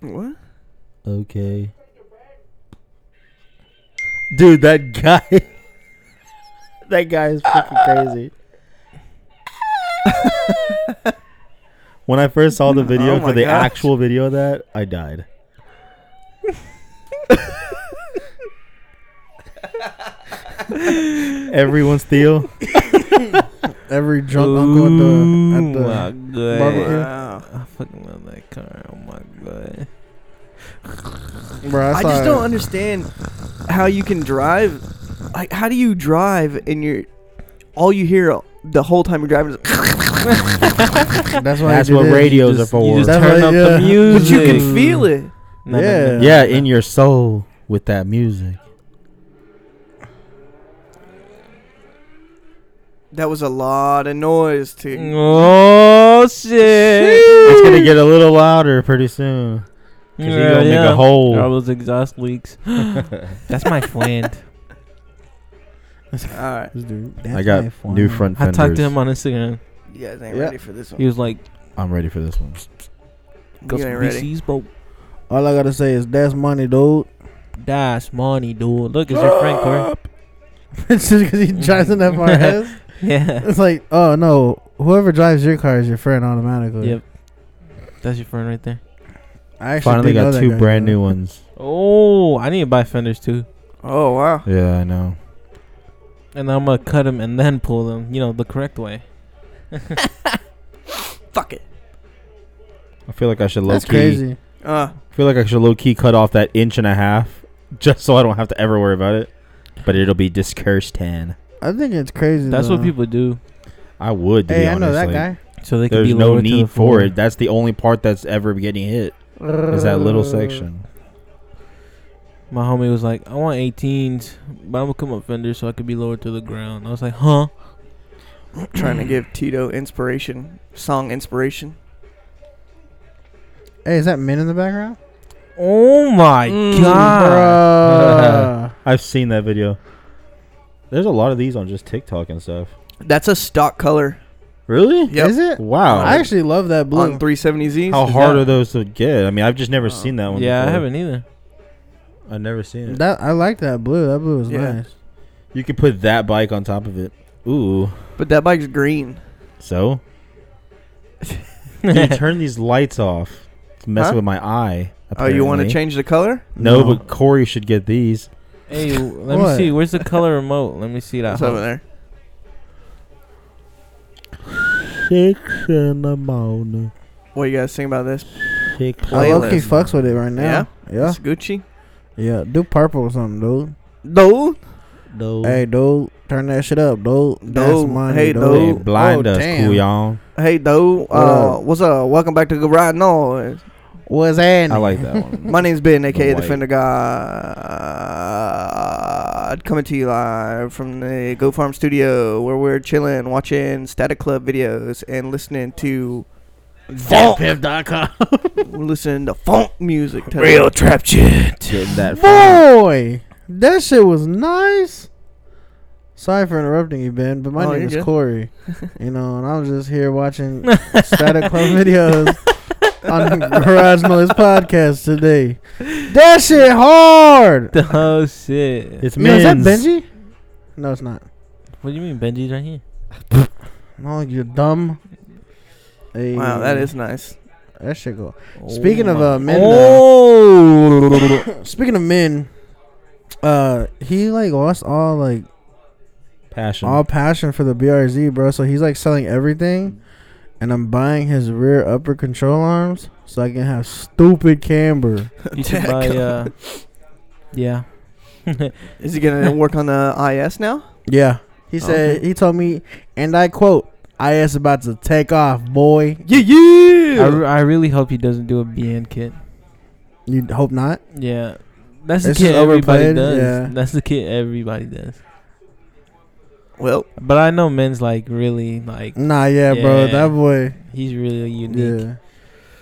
What? Okay. Dude, that guy. that guy is fucking crazy. when I first saw the video Oh for my the gosh. actual video of that, I died. Everyone's Theo. Every drunk uncle at the uh, at the god. barbecue. I fucking love that car. Oh my god. bro, I just don't understand how you can drive. Like, how do you drive and you're all you hear the whole time you're driving is That's why I That's did what it. radios are just- for. You just That's turn right, up yeah. the But music. but you can feel it. No, no, no, no. yeah, in your soul with that music. That was a lot of noise too. Mm. Oh shit! It's gonna get a little louder pretty soon. Cause you gonna make a All hole. those exhaust leaks. That's my friend. All right, This dude, I that's got my phone. new front I fenders. talked to him on Instagram. you guys ain't Yeah. ready for this one. He was like, I'm ready for this one. "Got You some ain't ready. VCs, bro. All I gotta say is that's money, dude. That's money, dude. Look, it's your friend, Corey. it's just because he drives an FRS. Yeah. it's like, oh no, whoever drives your car is your friend automatically. yep. That's your friend right there. I actually Finally did know got that two guy, brand though. new ones. Oh, I need to buy fenders too, Oh wow, Yeah, I know. and I'm gonna cut them and then pull them. You know, the correct way. fuck it. I feel like I should low That's key. crazy. Uh, I feel like I should low key cut off that inch and a half just so I don't have to ever worry about it. But it'll be discursed hand. I think it's crazy. That's though. what people do, I would. To Hey, be I honest. know that like, guy. so they can There's be no lowered to the need floor. for it. That's the only part that's ever getting hit. Is that Uh, little section? My homie was like, "I want 18s, but I'm gonna come up fenders so I could be lowered to the ground." I was like, "Huh?" trying to give Tito inspiration, song inspiration. Hey, is that men in the background? Oh my Mm, god! Bruh. I've seen that video. There's a lot of these on just TikTok and stuff. That's a stock color Really? Yep. Is it? Wow. I actually love that blue. on 370Zs. How is hard that- are those to get? I mean, I've just never Oh. seen that one. Yeah, I before. haven't either. I've never seen it. That I like that blue. That blue is Yeah. nice. You could put that bike on top of it. Ooh. But that bike's green. Oh, So? you turn these lights off. It's messing Huh? with my eye. Oh, you want to apparently. change the color? No, No. but Corey should get these. Hey, w- let me What? see. Where's the color remote? Let me see that. That's over Huh? there. Six in the morning. What you guys think about this? Six I low key Playlist. fucks with it right now. Yeah, It's Gucci. yeah. Do purple or something, dude. No. Hey, dude, turn that shit up, dude. That's Dude, money, hey, dude. Hey, dude. blind Oh, us, damn. cool y'all. Hey, though. Uh, up? what's up? Welcome back to Good Ride Noise. What's happening? I like that one. My name's Ben, aka the white. Fender God. Coming to you live from the Go Farm Studio, where we're chilling, watching Static Club videos, and listening to funk. we're listening to funk music. today. trap shit. Getting that fun. Boy, that shit was nice. Sorry for interrupting you, Ben, but my Oh, name you're good. is Corey. you know, and I was just here watching Static Club videos on Garage Noise podcast today. That shit hard. Oh shit! It's You know, is that men's. Benji? No, it's not. What do you mean, Benji's right here? No, you dumb. Hey, Wow, that is nice. that shit go. Speaking of, my- uh, men, uh, Oh. Speaking of men, uh, he like lost all like Passion. all passion for the BRZ, bro. So he's like selling everything, and I'm buying his rear upper control arms so I can have stupid camber. you should buy. Uh, yeah. Is he gonna work on the IS now? Yeah, he said he told me, and I quote, "IS about to take off, boy. Yeah, I, yeah. re- I really hope he doesn't do a BN kit. You hope not." Yeah. That's the It's kit just everybody overplayed, does. yeah. That's the kit everybody does. Well, But I Mm. know men's like really like Nah, yeah, bro, Yeah. that boy. he's really unique. Yeah.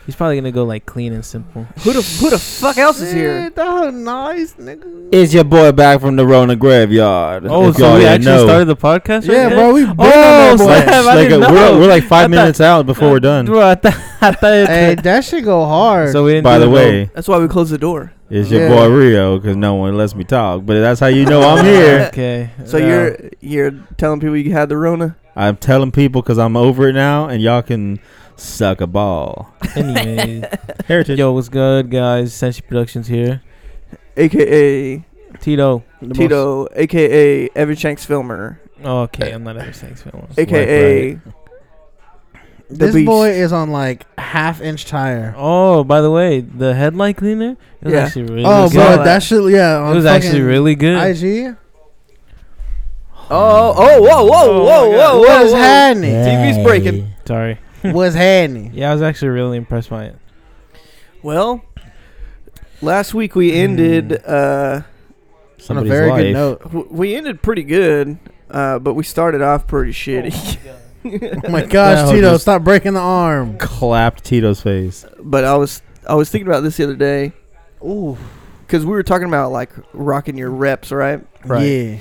He's probably gonna go like clean and simple. Who the who the fuck else is here? Shit, that was nice, nigga. Is your boy back from the Rona graveyard? Oh, If so y'all we didn't actually know. started the podcast? yeah, right bro, we been on Oh, that boy. snap. Like, I like didn't know. we're, we're like five I thought- minutes out before we're done. Bro, I thought I thought it hey, that shit go hard. so we didn't. By do the no- way, That's why we closed the door. it's your Yeah. boy Rio because no one lets me talk. But that's how you know I'm here. Oh, Okay. So Yeah. you're you're telling people you had the Rona. I'm telling people because I'm over it now, and y'all can suck a ball. Anyways, Heritage. yo, what's good, guys? Senshi Productions here. AKA Tito. The most- Tito, AKA Evan Shanks Filmer, Oh, okay, I'm not ever saying film. AKA the this beast. boy is on like half inch tire. Oh, by the way, the headlight cleaner. It was Yeah. actually really Oh, good. bro, solid. that shit, yeah. on It was actually fucking really good. IG. Oh, oh, whoa, whoa, Oh whoa, my whoa, God. whoa, What's whoa. happening? TV's breaking. Sorry. What's happening? Yeah, I was actually really impressed by it. Well, last week Hmm. we ended. Uh, On a Somebody's very good life. note. w- we ended pretty good, uh, but we started off pretty shitty. Oh my gosh, That'll Tito, just- stop breaking the arm. Clapped Tito's face. but I was I was thinking about this the other day Ooh, because we were talking about like rocking your reps, right? yeah.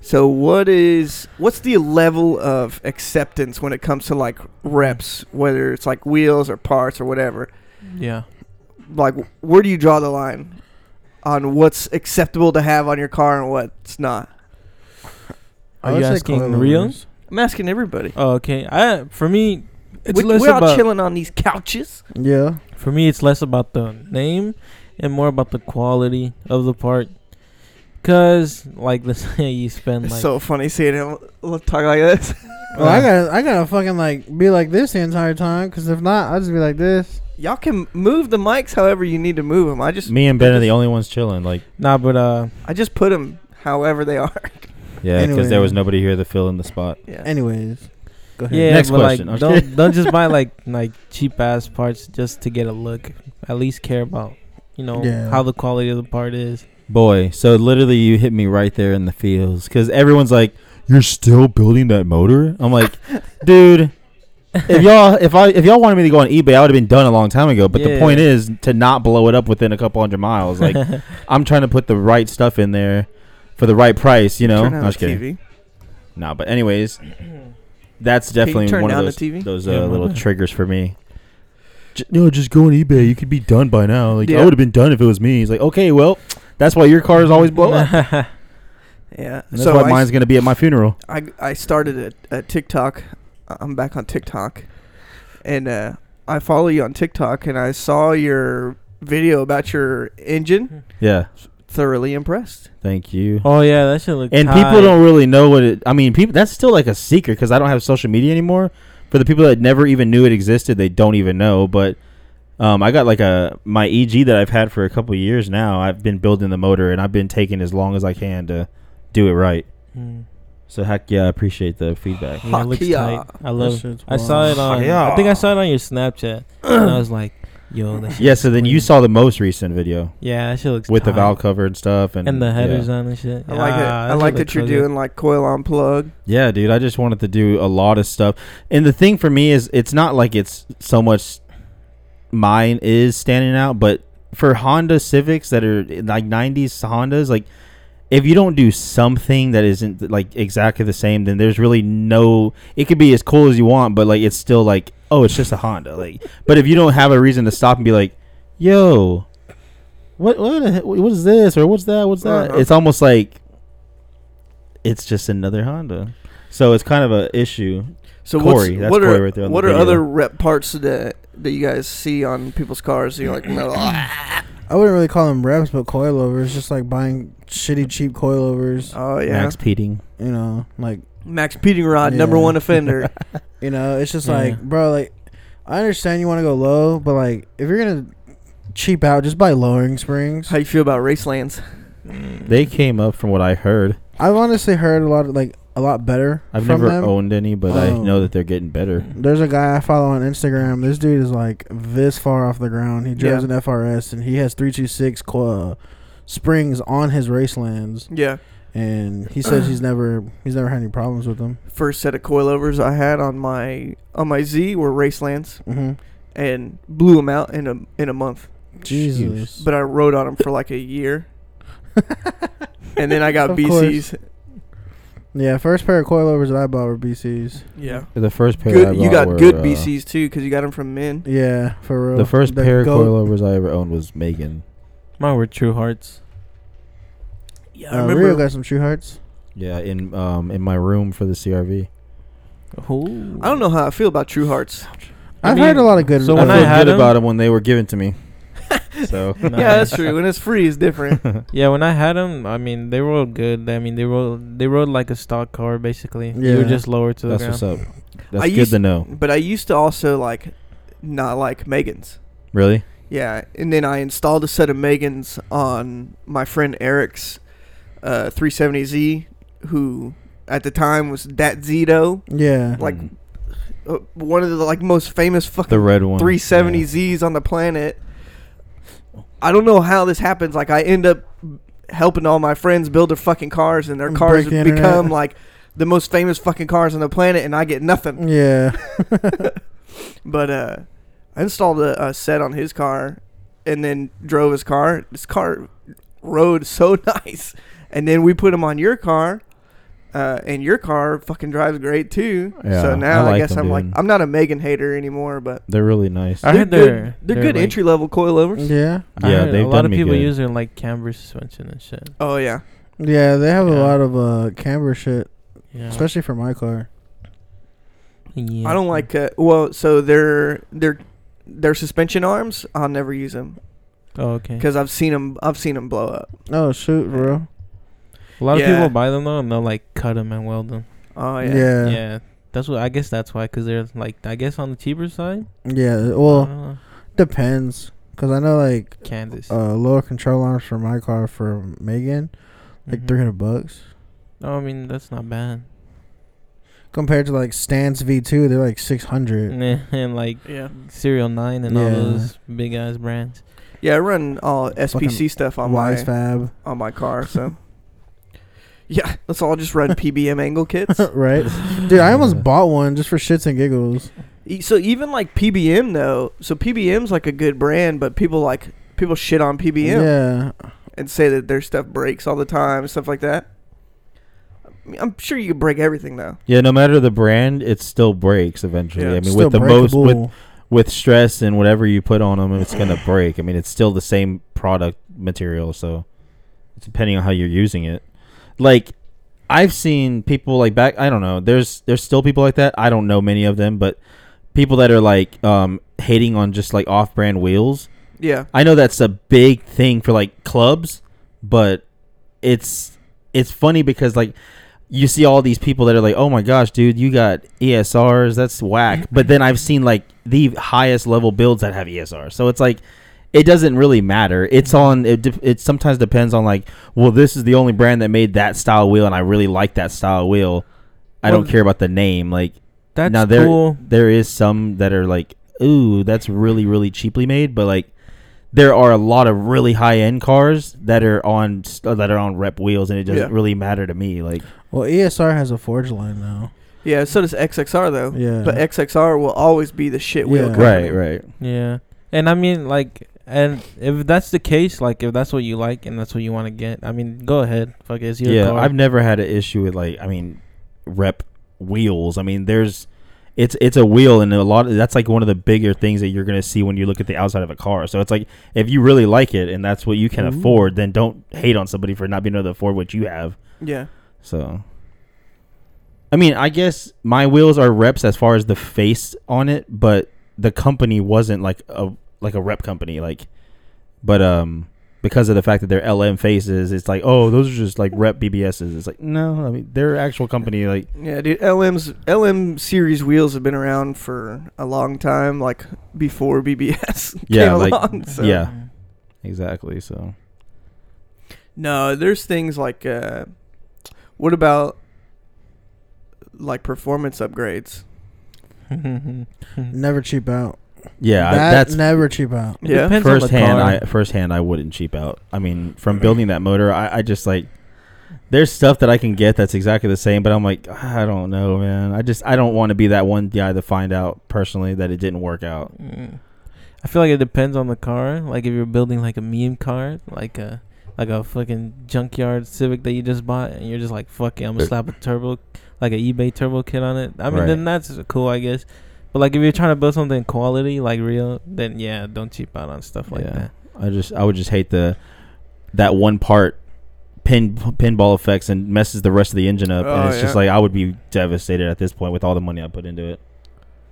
So what is what's the level of acceptance when it comes to like reps, whether it's like wheels or parts or whatever? Yeah. Like where do you draw the line on what's acceptable to have on your car and what's not? I Are would you say asking coilovers. reels? I'm asking everybody. Oh, okay. I for me, it's We, less we're all about chilling on these couches. Yeah. for me. It's less about the name and more about the quality of the part. Cause like let's say you spend It's like so funny seeing him look- talk like this. Well, I gotta, I gotta fucking like be like this the entire time, cause if not, I'll just be like this. Y'all can move the mics however you need to move them. I just Me and Ben are the only ones chilling. Like, nah, but uh, I just put them however they are. yeah, because Anyway. there was nobody here to fill in the spot. Yeah. Anyways, go ahead. yeah, Next but question. like Okay. don't don't just buy like like cheap ass parts just to get a look. At least care about you know Yeah. how the quality of the part is. Boy, so literally you hit me right there in the feels because everyone's like, "You're still building that motor?" I'm like, "Dude, if y'all if I if y'all wanted me to go on eBay, I would have been done a long time ago." But the Yeah. point is to not blow it up within a couple hundred miles. Like, I'm trying to put the right stuff in there for the right price. You know, turn I'm on just the kidding. TV. Nah, but anyways, that's definitely turn one of down the those TV? those uh, Yeah, my little bad. triggers for me. J- no, just go on eBay. You could be done by now. Like Yeah. I would have been done if it was me. He's like, okay, well, that's why your car is always blown up. Yeah. And that's why uh, I, mine's gonna be at my funeral. I I started a, a TikTok. I'm back on TikTok, and uh, I follow you on TikTok, and I saw your video about your engine. Yeah, Thoroughly impressed. thank you. oh yeah, that should look. And people don't really know what it. I mean, people. That's still like a secret because I don't have social media anymore. For the people that never even knew it existed, they don't even know. But um, I got like a my EG that I've had for a couple years now. I've been building the motor and I've been taking as long as I can to do it right. Mm. So heck yeah, I appreciate the feedback. Yeah, it looks Hakia. tight. I love. That shit's I saw wild. it on. Hakia. I think I saw it on your Snapchat, and I was like, "Yo, that shit Yeah, looks so then clean. you saw the most recent video Yeah, that shit looks with the tight. valve cover and stuff, and and the headers Yeah. on and shit. I like it. Ah, I shit like that looks you're so good. doing like coil unplug. Yeah, dude, I just wanted to do a lot of stuff. And the thing for me is, it's not like it's so much mine is standing out, but for Honda Civics that are like 90s Hondas, like if you don't do something that isn't like exactly the same, then there's really no. It could be as cool as you want, but like it's still like, oh, it's just a Honda. Like, but if you don't have a reason to stop and be like, yo, what what the he- what is this or what's that? What's that? Uh-huh. It's almost like it's just another Honda. So it's kind of a issue. So Corey, what's, that's what are Corey right there on the what are video. other rep parts that that you guys see on people's cars? that You're like, no, I wouldn't really call them reps, but coilovers. Just like buying shitty, cheap coilovers. oh yeah, Max Max, Peating. You know, like Peating Rod, number Yeah. one offender. you know, it's just Yeah. like, bro, like I understand you want to go low, but like if you're gonna cheap out, just buy lowering springs. How you feel about Racelands? They came up from what I heard. I've honestly heard a lot, of, like a lot better. I've from never them. owned any, but I Oh. know that they're getting better. There's a guy I follow on Instagram. This dude is like this far off the ground. He drives Yeah. an FRS and he has three two six uh, springs on his racelands, Yeah. and he says he's never he's never had any problems with them. First set of coilovers I had on my on my Z were Racelands, Mm-hmm. and blew them out in a in a month. Jesus. But I rode on them for like a year, and then I got Of BCs. Yeah, first pair of coilovers that I bought were BCs. Yeah, The first pair I good. You bought got were, good uh, BCs too, because you got them from men. Yeah, for real. The first The pair of goat- coilovers I ever owned was Megan. Mine were true hearts. Yeah, I Uh, remember. Rio got some true hearts. Yeah, in um in my room for the CRV. Ooh. I don't know how I feel about True Hearts. I I've mean, heard a lot of good. so I when ones. feel I had good 'em- about them when they were given to me. so Yeah, that's true. When it's free, it's different. Yeah, when I had them, I mean they rolled good. I mean they rolled they rolled like a stock car basically. You were Yeah. just lower to the that's ground. what's up. That's I good used- to know. but I used to also like not like Megan's. Really? Yeah, and then I installed a set of Megans on my friend Eric's uh, 370Z, who at the time was that Zito, Yeah. like Mm. uh, one of the like most famous the fucking red one. 370Zs on the planet. I don't know how this happens. Like I end up helping all my friends build their fucking cars, and their And cars break the become internet. like the most famous fucking cars on the planet, and I get nothing. Yeah. But uh, I installed a, a set on his car, and then drove his car. His car rode so nice, and then we put him on your car, uh, and your car fucking drives great too. Yeah, I so now I, like guess them, I'm like dude. I'm not a Megan hater anymore, but They're really nice. I heard they're good- they're- they're they're good like- entry level coilovers. Yeah. I yeah, heard they've done a lot of me people good. use their like camber suspension and shit. Oh yeah, Yeah, they have Yeah. a lot of uh camber shit, Yeah. especially for my car. Yeah. I don't like. Uh, well, so their their their suspension arms, I'll never use them Oh, okay. because I've seen them. I've seen them blow up. Oh shoot, bro. A lot Yeah. of people buy them though, and they'll like cut them and weld them. Oh yeah. yeah. Yeah. yeah. That's what I guess. That's why, cause they're like I guess on the cheaper side. Well, Uh-huh. uh, depends. Cause I know like Kansas. uh lower control arms for my car for Megan, Mm-hmm. like Mhm. three hundred bucks. Oh, I mean that's not bad. Compared to like Stance V two, they're like six hundred. and like Yeah, Serial Nine and all Yeah. those big ass brands. yeah. I run all SPC stuff on my Wise Fab. on my car. So, yeah, let's all just run PBM angle kits. right? Dude, I Yeah. almost bought one just for shits and giggles. E- So even like PBM though, so PBM's like a good brand, but people like people shit on PBM Yeah. and say that their stuff breaks all the time, stuff like that. I mean, I'm sure you could break everything though. Yeah, no matter the brand, it still breaks eventually. Yeah, I mean, Still with the most with breakable. with stress and whatever you put on them, it's gonna break. I mean, it's still the same product material, so it's depending on how you're using it. Like, I've seen people like back. I don't know. There's there's still people like that. I don't know many of them, but people that are like um, hating on just like off-brand wheels. Yeah, I know that's a big thing for like clubs, but it's it's funny because like you see all these people that are like, "Oh my gosh, dude, you got ESRs, that's whack." But then I've seen like the highest level builds that have ESRs. So it's like it doesn't really matter. It's on it, de- it sometimes depends on like, "Well, this is the only brand that made that style wheel and I really like that style wheel." I Well, don't care about the name. Like That's now there cool. there is some that are like, ooh, that's really really cheaply made, but like there are a lot of really high end cars that are on s- uh, that are on rep wheels, and it doesn't Yeah. really matter to me. Like Well, ESR has a forge line now. yeah. So does XXR though. Yeah. But XXR will always be the shit wheel. Yeah. company. right. Yeah. And I mean like and if that's the case, like if that's what you like and that's what you want to get, I mean go ahead. Fuck it, it's your yeah, car. I've never had an issue with like I mean, rep wheels. I mean, there's it's it's a wheel, and a lot of, that's like one of the bigger things that you're gonna see when you look at the outside of a car. So it's like if you really like it and that's what you can Ooh. Mm-hmm. afford, then don't hate on somebody for not being able to afford what you have. Yeah. So, I mean, I guess my wheels are reps as far as the face on it, but the company wasn't like a like a rep company, like. But um, because of the fact that they're LM faces, it's like, oh, those are just like rep BBSs. It's like, no, I mean, their actual company, like, Yeah, dude. LM's LM series wheels have been around for a long time, like before BBS came Yeah, like- along. So. yeah. exactly. So No, there's things like uh, what about like performance upgrades? Depends never cheap out. yeah, I- That that's never cheap out. Yeah. on the firsthand. car. I firsthand, I wouldn't cheap out. I mean, from building that motor, I, I just like There's stuff that I can get that's exactly the same, but I'm like, "Ah, I don't know, man. I just I don't want to be that one guy to find out personally that it didn't work out. Mm. I feel like it depends on the car. Like if you're building like a meme car, like a like a fucking junkyard Civic that you just bought, and you're just like, "Fuck it, I'm gonna slap a turbo, like an eBay turbo kit on it." I mean, Right. then that's cool, I guess. But like if you're trying to build something quality, like real, then yeah, don't cheap out on stuff like Yeah. that. I just I would just hate the that one part pin pinball effects and messes the rest of the engine up, Oh, and it's just yeah. like I would be devastated at this point with all the money I put into it.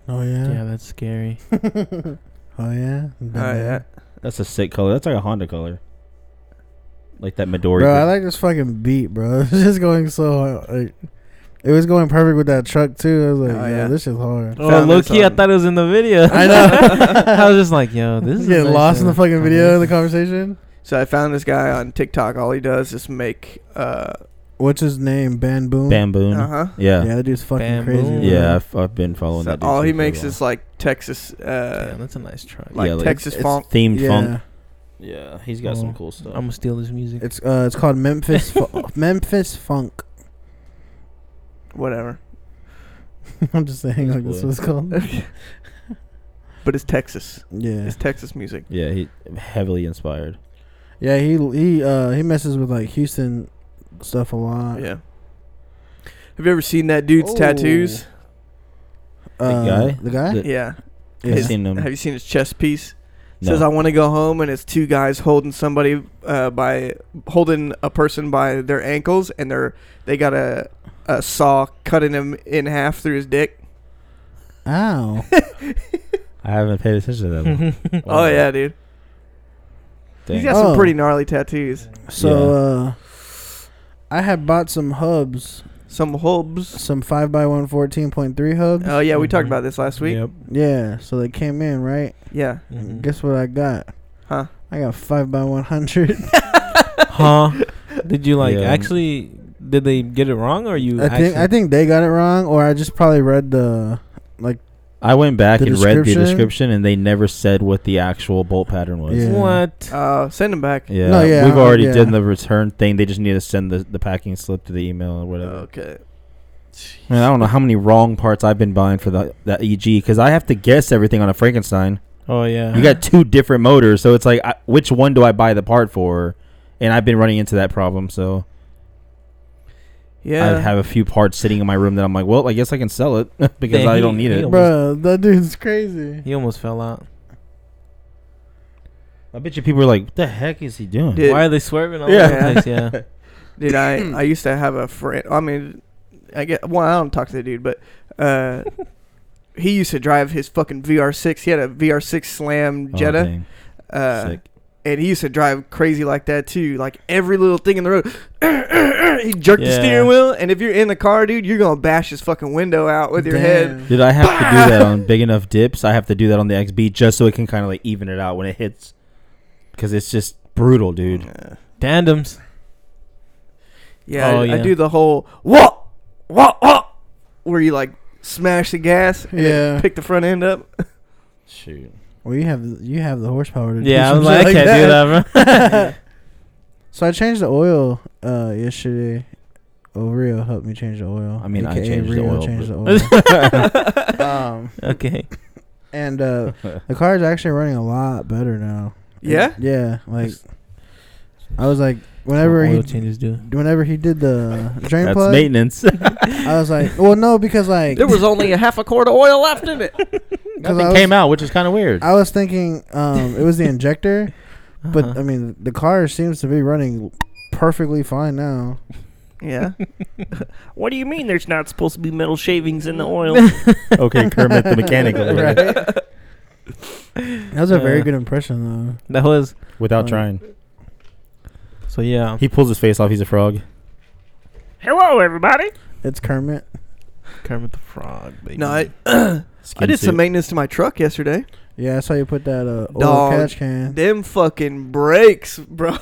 Oh Yeah, yeah. that's scary. oh yeah. All right, Uh, yeah. That's a sick color. That's like a Honda color, like that Midori. Bro, I like this fucking beat, bro. It's just going so hard. Like, it was going perfect with that truck too. I was like, Oh, yeah, yeah. this is hard. oh, Found low this key, I on- thought it was in the video. I know. I was just like, Oh, "Yo, this is Getting nice lost in the and- fucking video in the conversation. So I found this guy on TikTok. All he does is make uh What's his name? Bamboon. bamboo. Uh-huh. uh huh. Yeah, Yeah, that dude's fucking Bamboon. crazy. bro. yeah. I've, I've been following So that. dude all for he a makes while. is like Texas, uh, Damn, that's a nice truck. like, Yeah, like, Texas it's- funk. Mm. themed yeah. funk. Yeah, he's got Oh. some cool stuff. I'm gonna steal this music. It's uh, it's called Memphis fu- Memphis Funk. Whatever. I'm just saying, like this Cool. was called. But it's Texas. Yeah, It's Texas music. yeah, he heavily inspired. yeah. He he uh he messes with like Houston stuff a lot. Yeah. Have you ever seen that dude's Oh. tattoos? Uh, guy? The guy. The- Yeah. yeah. I've seen him. Have you seen his chest piece? Um, No. Says I want to go home, and it's two guys holding somebody uh, by holding a person by their ankles, and they're they got a a saw cutting him in half through his dick. Ow. I haven't paid attention to that. one. Mm-hmm. Oh, Wow. yeah, dude. Dang. He's got some Oh. pretty gnarly tattoos. So uh I had bought some hubs, Some hubs. some five by one fourteen point three hubs. Oh yeah, we Mm-hmm. talked Mhm. about this last week. Yep. Yeah, so they came in, right? Yeah. Mhm. Guess what I got? Huh. I got five by one hundred. huh? Did you like Yeah. actually? Did they get it wrong, or you? I think I actually- think they got it wrong, or I just probably read the like I went back The and read the description? description, and they never said what the actual bolt pattern was. Yeah. Yeah, What? Uh, send him back. No, yeah, we've uh, already yeah. done the return thing. They just need to send the, the packing slip to the email or whatever. Okay. Man, I don't know how many wrong parts I've been buying for the that EG because I have to guess everything on a Frankenstein. Oh yeah. You got two different motors, so it's like, I, which one do I buy the part for? And I've been running into that problem, so Yeah. I have a few parts sitting in my room that I'm like, well, I guess I can sell it because Dang, I he- don't need he it. almost- Bruh, that dude's crazy. He almost fell out. I bet you people are like, what the heck is he doing? Did- Why are they swerving all Yeah. over the place? Yeah. Dude, I I used to have a friend. I mean, I get well. I don't talk to the dude, but uh, he used to drive his fucking VR6. He had a VR6 Slam Oh, Jetta, dang. uh, Sick. and he used to drive crazy like that too. Like every little thing in the road, he jerked the Yeah. steering wheel. And if you're in the car, dude, you're gonna bash his fucking window out with your head. Dude, I have to do that on big enough dips. I have to do that on the XB just so it can kind of like even it out when it hits, because it's just brutal, dude. Uh, Tandems. yeah, Oh, I, I yeah. do the whole what, what, what, where you like smash the gas and then Yeah. pick the front end up. Shoot. Well, you have you have the horsepower to do Yeah, I some was shit like, I can't do that, bro. So I changed the oil uh yesterday. Oh, Rio helped me change the oil. I mean, I AKA changed the Rio oil, changed the oil. um, okay. and uh, the car is actually running a lot better now. Yeah. yeah. Like, I was like, whenever he, Oil changes do. whenever he did the drain That's plug, maintenance. I was like, well, no, because like, There was only a half a quart of oil left in it. cause I Nothing was, came out, which is kind of weird. I was thinking, um, it was the injector, but um, Uh-huh. I mean, the car seems to be running perfectly fine now. Yeah. what do you mean there's not supposed to be metal shavings in the oil? okay, Kermit the mechanic over there, Right. That was a very Yeah. good impression, though. that was without Um, trying. so. Yeah. He pulls his face off. He's a frog. Hello, everybody. It's Kermit. Kermit the Frog. Baby. No, I, I Skin did some suit. maintenance to my truck yesterday. Yeah, I saw you put that uh, oil Dog. catch can. Them fucking brakes, bro.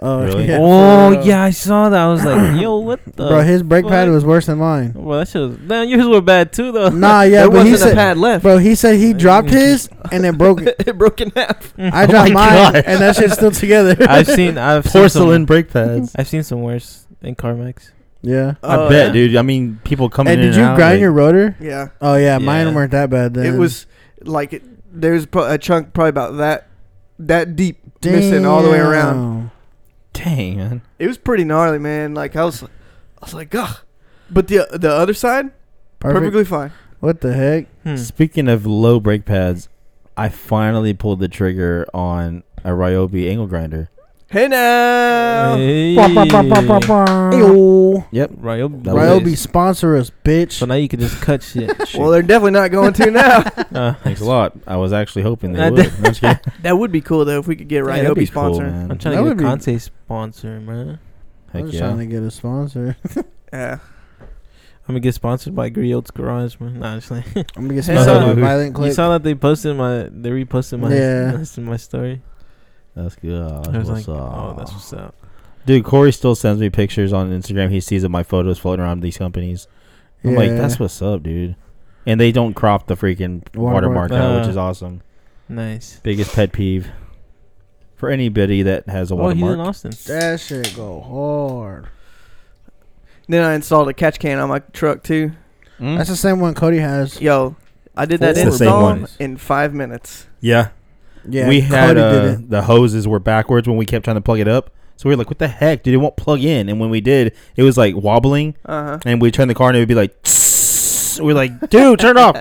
Oh, Really? yeah. oh for real. yeah, I saw that. I was like, yo, what the? Bro, his brake pad fuck? was worse than mine. well, that shit was. Man, yours were bad too, though. Nah, yeah, there but he wasn't a said, pad left. bro, he said he dropped his and it broke. it. it broke in half. I Oh dropped my mine God. and that shit's still together. I've seen. I've porcelain Seen brake pads. some, I've seen some worse and CarMax. Yeah. Oh, I bet, yeah. dude. I mean, people coming And in. did you out, grind like- your rotor? Yeah, Oh yeah, mine Yeah. weren't that bad then. it was like it, there's pro- a chunk probably about that that deep missing all the way around. Damn. Dang, man. It was pretty gnarly, man. Like I was, I was like, ugh. But the the other side, Perfect. perfectly fine. What the heck? Hmm. Speaking of low brake pads, I finally pulled the trigger on a Ryobi angle grinder. Hey now, Hey. Ryobi Yep. Ryobi. That was- boys. sponsor us, bitch. So now you can just cut shit. well, they're definitely not going to now. Uh, Thanks a lot. I was actually hoping they I would. No, I'm just kidding. that would be cool though if we could get Yeah, that'd Ryobi be cool, sponsor. man. I'm trying That to would get be- a Conte sponsor, man. I Heck was yeah. trying to get a sponsor. Yeah. I'm gonna get sponsored by Griot's Garage, man. Nah, just like I'm gonna get Hey, sponsored so- by Violent you Click. saw that they posted my, they reposted my, Yeah. that's in my story. That's good. I was What's like, oh, up? that's what's up. Dude, Corey still sends me pictures on Instagram. He sees that my photos floating around these companies. I'm like, Yeah. that's what's up, dude. And they don't crop the freaking Watermark. watermark out, which Uh. is awesome. Nice. Biggest pet peeve for anybody that has a Oh, he's in watermark. Austin. that shit go hard. Then I installed a catch can on my truck too. Hmm? Mm? That's the same one Cody has. Yo, I did that It's the same install one. in five minutes. yeah. Yeah, we had Cody uh, did it. the hoses were backwards when we kept trying to plug it up. So we were like, what the heck, dude? It won't plug in. And when we did, it was like wobbling. Uh huh. And we turned the car and it would be like, we're like, dude, turn it off.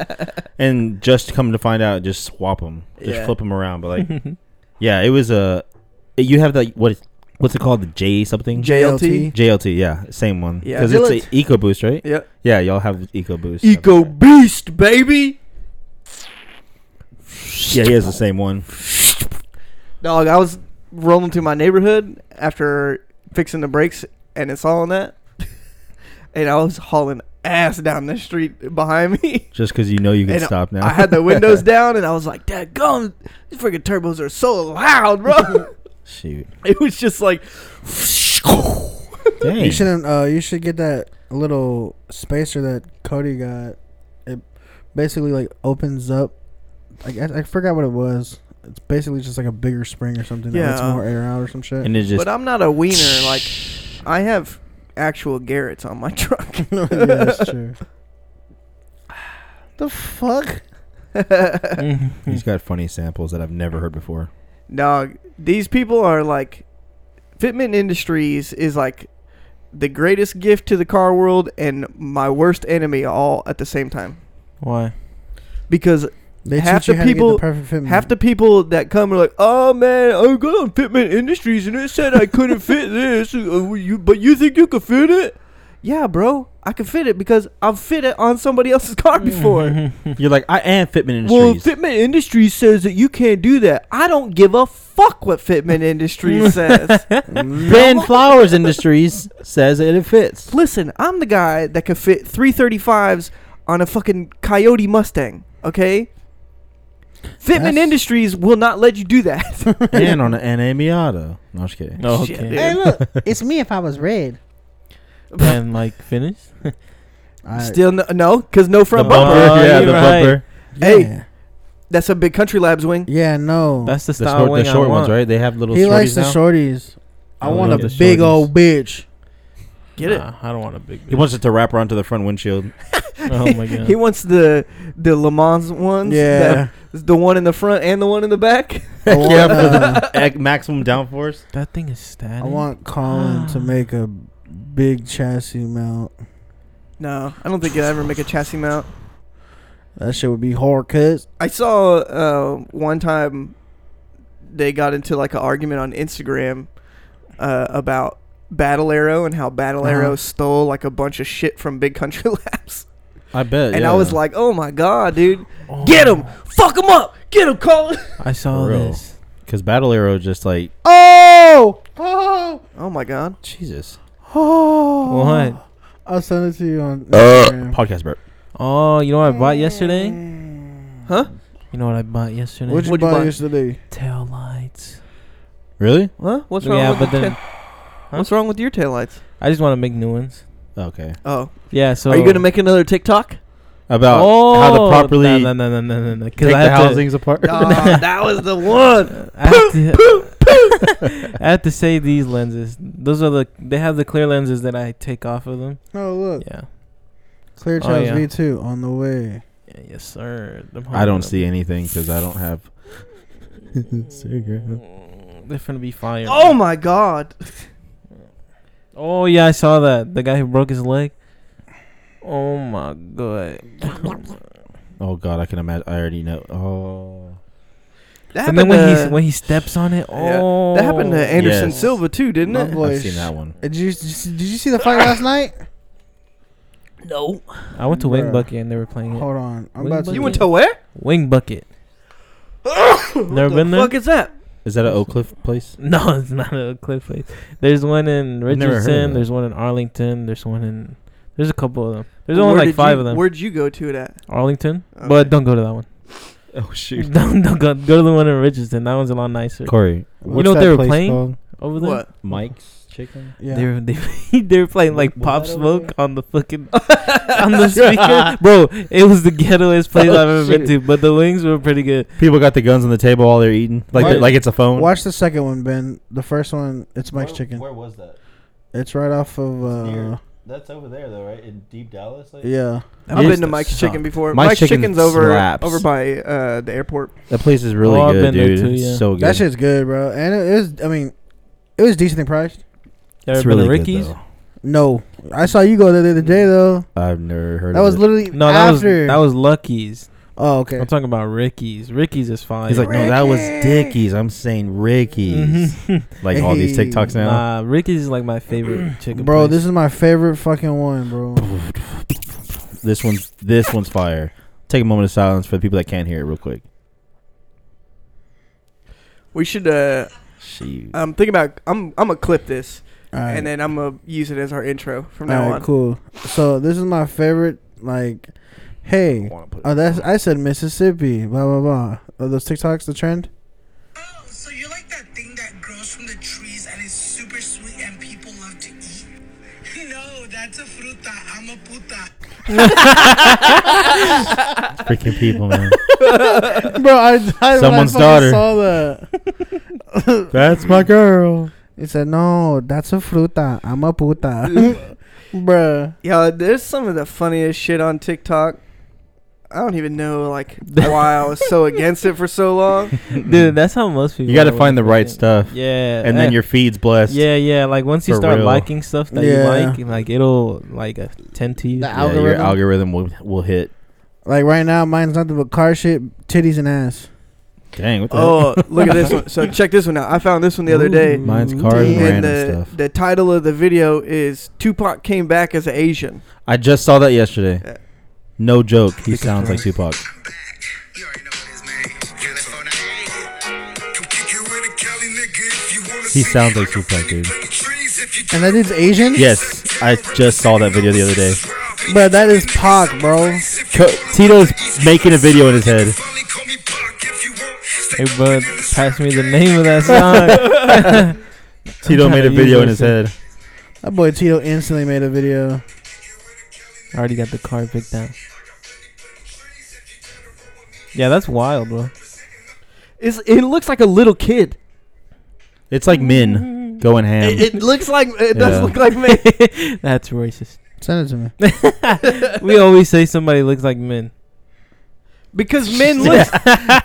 And just come to find out, just swap them, just flip Yeah. 'em flip them around. But like, yeah, it was a. you have the what? Is, what's it called? The J something? JLT. JLT, yeah, same one. Yeah. because it's a EcoBoost, right? Yeah. Yeah, y'all have EcoBoost. Eco Beast, baby. Yeah, he has the same one. Dog, I was rolling through my neighborhood after fixing the brakes and installing that, and I was hauling ass down the street behind me. Just because you know you can And stop now. I had the windows down, and I was like, "Dad, gum, these freaking turbos are so loud, bro." Shoot, it was just like, dang. You shouldn't. Uh, you should get that little spacer that Cody got. It basically like opens up. Like I, I forgot what it was. It's basically just like a bigger spring or something that lets Yeah. more air out or some shit. and it just but I'm not a wiener. Like, I have actual Garrett's on my truck. yeah, that's true. the fuck? uh, he's got funny samples that I've never heard before. Dog, these people are like, Fitment Industries is like the greatest gift to the car world and my worst enemy all at the same time. Why? Because They Half teach you the how to get people- the perfect Mm. fitment. half the people that come are like, "Oh man, I got on Fitment Industries and it said I couldn't fit this, uh, you, but you think you could fit it?" Yeah, bro, I can fit it because I've fit it on somebody else's car before. You're like, I am Fitment Well, Mm-hmm. Industries. Fitment Industries says that you can't do that. I don't give a fuck what Fitment Industries says. ben Flowers Industries says that it fits. Listen, I'm the guy that could fit 335s on a fucking Coyote Mustang, okay? Fitment That's- Industries will not let you do that. and on an NA Miata. No, I'm just kidding. No, Shit, Oh, okay. dude. Hey, look, it's me if I was red. and like finish. Still no, no, cause no front the bumper. bumper. Oh, yeah, you're the right. bumper. Hey. yeah. That's a big Country Labs wing. yeah, no. That's the The, style short, wing the short I ones, want. right? They have little he shorties likes the now. shorties. I, I Oh, want a love big the shorties. old bitch. Get it? Nah, I don't want a big. He wants it to wrap around to the front windshield. Oh my god. He wants the the Le Mans ones. Yeah. that- the one in the front and the one in the back. I want, yeah, for uh, the ac- maximum downforce. that thing is static. I want Colin to make a big chassis mount. No, I don't think you'll ever make a chassis mount. That shit would be hard, cuz. I saw uh, one time they got into like an argument on Instagram uh, about Battle Arrow and how Battle Uh-huh. Arrow stole like a bunch of shit from Big Country Labs. I bet. and yeah. I was like, oh my god, dude. Oh, Get him! Fuck him up! Get him, Colin! I saw For real. this. because Battle Arrow just like Oh! Oh! Oh my god. Jesus. Oh! What? I'll send it to you on Instagram. Podcast burp. Oh, you know what I bought yesterday? Huh? You know what I bought yesterday? What'd you What'd you buy buy? yesterday? Tail lights. Really? Huh? What's wrong yeah, with but your then ta- What's wrong with your taillights? I just want to make new ones. Okay. Oh. Yeah. So Are you gonna make another TikTok? About Oh, how to properly no, no, no, no, no, no, no, 'cause take I the have to- housings apart. that was the one. I have to- I have to say these lenses. Those are the they have the clear lenses that I take off of them. Oh look, Yeah. Clear Oh, Child's yeah. V2 on the way. yeah yes, sir. Them I don't Honda- see anything because I don't have. Cigarette. They're finna be fire. Oh my god. Oh yeah, I saw that. The guy who broke his leg. Oh my god. Oh God, I can imagine. I already know. Oh, That happened and then when he to, s- when he steps on it, Yeah. oh Uh-huh. that happened to Anderson Yes. Silva too, didn't My it? boy. Boys. I've seen that one. Did you, did you see- did you see the fight last night? No. I went to Wing Bruh. Bucket and they were playing it. Hold on, I'm Wait, about but to. You went to where? Wing Bucket. the Never been there. fuck is that? Is that an Oak Cliff place? No, it's not a cliff face. There's one in I've never heard of Richardson. that. There's one in Arlington. There's one in. There's a couple of them. There's Where only did like five you- of them. Where'd you go to it at? Arlington, Okay. but don't go to that one. Oh Don't, don't go, go to the one in Richardson. That one's a lot nicer. Corey, You what's know what that they were place playing? called? Over there, What? Mike's Chicken. Yeah. they were they, they were playing like Was pop that over smoke on the fucking on the speaker, bro. It was the ghettoest place I've Oh, ever been to, but the wings were pretty good. People got the guns on the table while they're eating, like Why- they're- like it's a phone. Watch the second one, Ben. The first one, it's Mike's Chicken. was that? It's right off of. uh near- That's over there though, right? In deep Dallas. Like? Yeah. I've been to Mike's Chicken before. Mike's Mike's, Chicken Chicken's over slaps. over by uh, the airport. That place is really Oh, I've good, been there dude. too, It's yeah. so good. That shit's good, bro. And it, it was. I mean, it was decently priced. Ever it's been really to Ricky's? good though. No, I saw you go there the other day though. I've never heard. That of was it. literally No, that after. was that was Lucky's. oh, okay. I'm talking about Ricky's. Ricky's is fine. He's like, no, that was Ricky. Mm-hmm. Dickies. I'm saying Ricky's. Mhm. Like all these Hey. TikToks now. Nah, Ricky's is like my favorite chicken. Bro, place. this is my favorite fucking one, bro. This one's this one's fire. Take a moment of silence for the people that can't hear it real quick. We should. Uh, Shoot. I'm thinking about. I'm. I'm gonna clip this, Alright. and then I'm gonna use it as our intro from now Alright, on. cool. So this is my favorite. Like, hey, oh, that's I said Mississippi. Blah blah blah. Are those TikToks the trend? Oh, so you like that thing that grows from the trees and is super sweet and people love to eat? No, that's a fruta. I'm a puta. Freaking people, man. bro, I died when Someone's I fucking daughter. saw that. That's my girl. He said, "No, that's a fruta. I'm a puta, Bruh. Yo, there's some of the funniest shit on TikTok. I don't even know like why I was so against it for so long. dude, that's how most people. You got to are find the with right it. stuff, Yeah, and then eh, your feed's blessed. Yeah, yeah. Like once you For start real. liking stuff that Yeah. you like, like it'll like uh, tend to you. The Yeah, your algorithm. algorithm will, will hit. Like right now, mine's nothing but car shit, titties, and ass. Dang, what the Oh, heck? look at this one. So check this one out. I found this one the other day. Ooh. Mine's cars and Damn. And random the, stuff. the title of the video is Tupac came back as an Asian. I just saw that yesterday. Yeah. No joke. He sounds like Tupac. I'm back. You already know what it is, man. Hear that phone out. Come kick you in the Cali, nigga, if you wanna He see sounds me. like Tupac, dude. Plant the trees if you And that dude's Asian. Yes, I just saw that video the other day. Bruh, that is Pac, bro. Co- Tito's making a video in his head. Finally call me Pac if you want. Stay Hey, bud, cooking in this pass me the rap name of that song. Tito made a trying to video use in his head. That boy Tito instantly made a video. I already got the card picked out. Yeah, that's wild, bro. It's, it looks like a little kid. It's like men going ham. It, it looks like it does Yeah. look like me. That's racist. Send it to me. We always say somebody looks like men. Because men look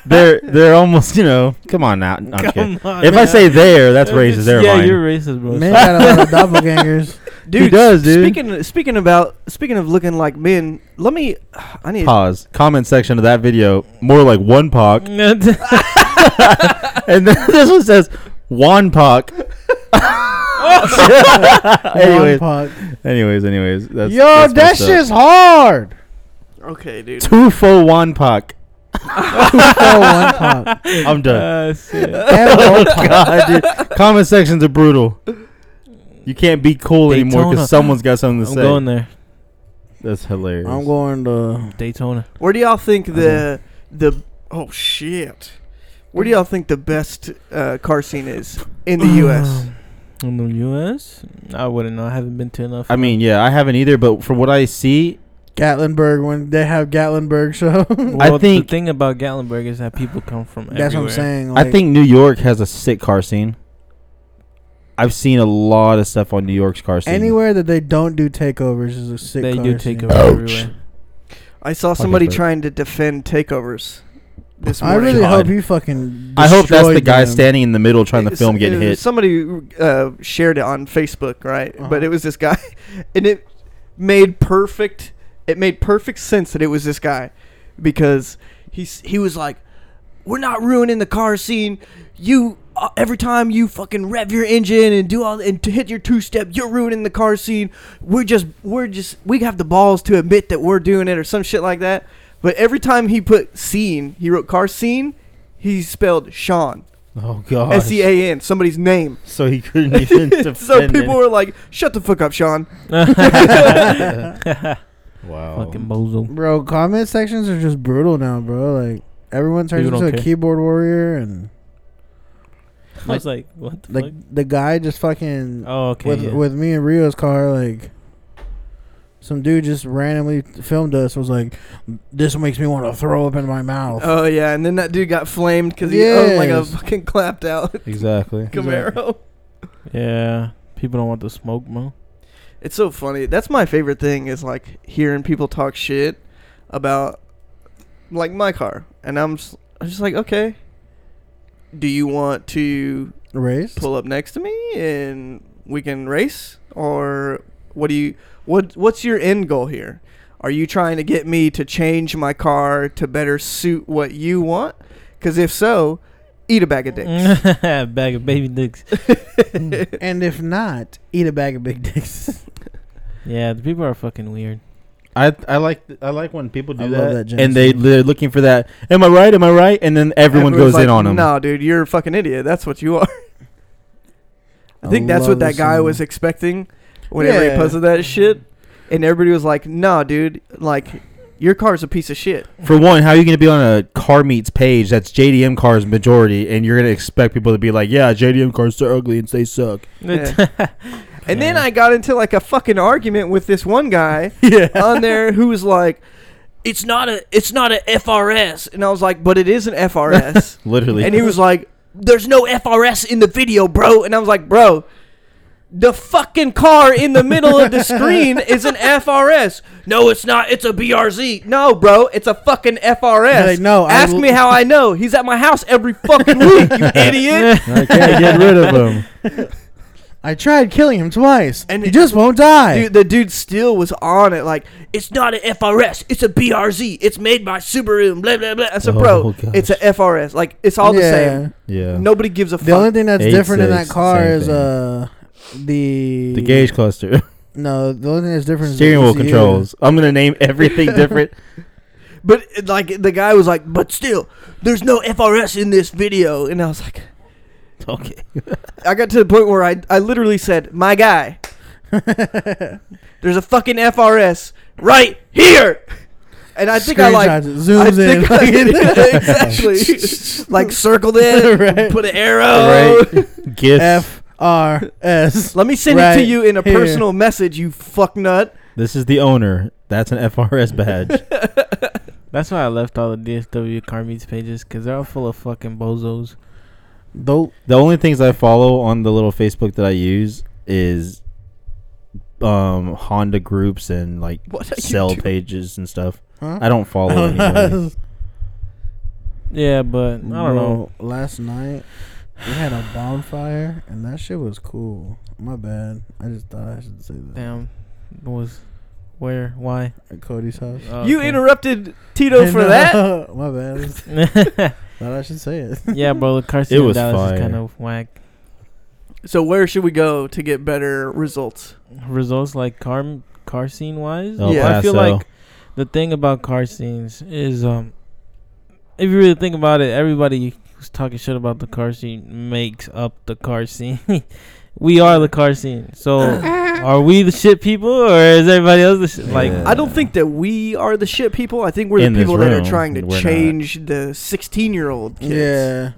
they're they're almost you know. Come on now. No, I'm kidding. Come on, if I man. say there, that's racist. They're yeah, lying. you're racist, bro. Man got a lot of doppelgangers. dude, He does, dude. Speaking speaking about speaking of looking like men, let me I need Pause. Comment section of that video. More like one pock. and then this one says one pock. Anyways, anyways, anyways, anyways. That's, Yo, that's that messed up. shit's hard. Okay, dude. two for one pock. Oh, one pop. I'm done. Oh, Ah, shit. Hello, God, dude. Comment sections are brutal. You can't be cool anymore Daytona. because someone's got something to I'm say. going there, That's hilarious. I'm going Oh. to. Daytona. Where do y'all think the the oh shit? Where do y'all think the best uh, car scene is in Um, the U.S.? In the U.S., I wouldn't know. I haven't been to enough. I mean, yeah, I haven't either, but from what I see, Gatlinburg when they have Gatlinburg show. Well, think- the thing about Gatlinburg is that people come from. That's what I'm everywhere. saying. I like, think New York has a sick car scene. I've seen a lot of stuff on New York's car scene. Anywhere that they don't do takeovers is a sick. They car scene. do take over everywhere. I saw somebody but- trying to defend takeovers this I morning. really God. hope you fucking. I hope that's the destroyed guy them. standing in the middle trying to It- film it- getting hit. Somebody uh, shared it on Facebook, right? Uh-huh. But it was this guy, and it made perfect. It made perfect sense that it was this guy, because he's he was like, "We're not ruining the car scene. You uh, every time you fucking rev your engine and do all and to hit your two step, you're ruining the car scene. We're just we're just we have the balls to admit that we're doing it or some shit like that." But every time he put scene, he wrote car scene. He spelled Sean. Oh god. S E A N, somebody's name. So he couldn't even defend so it. people were like, "Shut the fuck up, Sean." Wow. Fucking bozo. Bro, comment sections are just brutal now, bro. Like everyone turns People into don't a care. keyboard warrior, and I was like, what the like the guy just fucking fuck? Oh, okay. with yeah. with me and Rio's car, like some dude just randomly filmed us. Was like, this makes me want to throw up in my mouth. Oh yeah, and then that dude got flamed because he owned like a Yes. fucking clapped out Exactly. Camaro. yeah. People don't want the smoke, bro. It's so funny. That's my favorite thing is like hearing people talk shit about like my car, and I'm just, I'm just like, okay. Do you want to Race? pull up next to me and we can race or what do you what what's your end goal here are you trying to get me to change my car to better suit what you want because if so eat a bag of Mm. dicks Bag of baby dicks. And if not, eat a bag of big dicks. Yeah, the people are fucking weird. I I like th- I like when people do I love that, that and they Jameson. they're looking for that. Am I right? Am I right? And then everyone Everyone's goes like, in on them. no dude you're a fucking idiot that's what you are i think that's love what that this guy song. was expecting whenever he Yeah. posted that shit and everybody was like nah dude like your car's a piece of shit For one, how are you going to be on a car meets page that's JDM cars majority, and you're going to expect people to be like, yeah, JDM cars are ugly and they suck. Yeah. And then Yeah. I got into like a fucking argument with this one guy on there who was like, "It's not a, it's not a FRS," and I was like, "But it is an FRS." Literally. and he was like, "There's no FRS in the video, bro," and I was like, "Bro." The fucking car in the middle of the screen is an FRS. No, it's not. It's a BRZ. No, bro, it's a fucking FRS. Like, no, I ask l- me how I know. He's at my house every fucking week, you idiot. I can't get rid of them. I tried killing him twice, And and he it- just won't die. Dude, the dude still was on it. Like, it's not an FRS. It's a BRZ. It's made by Subaru. and Blah blah blah. I said, Oh, bro, gosh. it's a FRS. Like, it's all the Yeah. same. Nobody gives a The only fuck. thing that's Eight, different in that six, car same is thing. uh the The gauge cluster, No, the only thing that's different steering is the wheel ECU. controls. I'm gonna name everything different. But it- like, the guy was like, but still, there's no FRS in this video. And I was like, okay. I got to the point where I, I literally said, my guy, there's a fucking FRS right here. And I think I like. Screenshots, it I zooms in. think I- exactly. like circled it, Right. put an arrow. Right. Oh. Gifts. F R S. Let me send it to Right you in a here. personal message, you fucknut. This is the owner. That's an FRS badge. That's why I left all the DSW car meets pages because they're all full of fucking bozos. Dope. the only things I follow on the little Facebook that I use is um Honda groups and like What are sell you doing? pages and stuff. Huh? I don't follow anybody. Yeah, but I don't know. Bro, Last night we had a bonfire and that shit was cool. My bad. I just thought I should say that. Damn. What was where? Why? At Cody's house. Oh, You okay. interrupted Tito for No, that. My bad. I just thought I should say it. yeah, bro. The car scene was in Dallas fire. is kind of whack. So where should we go to get better results? Results like car car scene wise. El Yeah, I feel Paso. like the thing about car scenes is um if you really think about it, everybody who's talking shit about the car scene makes up the car scene. we are the car scene. So are we the shit people or is everybody else the shit like Yeah. I don't think that we are the shit people. I think we're In the this people that are room, trying to we're not. change the 16 year old kids.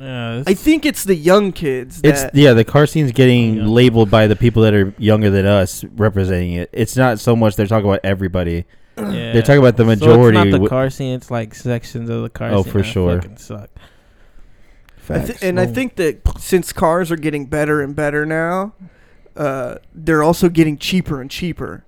Yeah. yeah, I think it's the young kids It's that. yeah, the car scene's getting Oh, Yeah. labeled by the people that are younger than us representing it. It's not so much they're talking about everybody. yeah. They're talking about the So majority. it's not the wi- car scene, it's like sections of the car Oh, scene. for that sure. Fucking suck. I Facts. th- and I think that since cars are getting better and better now, uh, they're also getting cheaper and cheaper.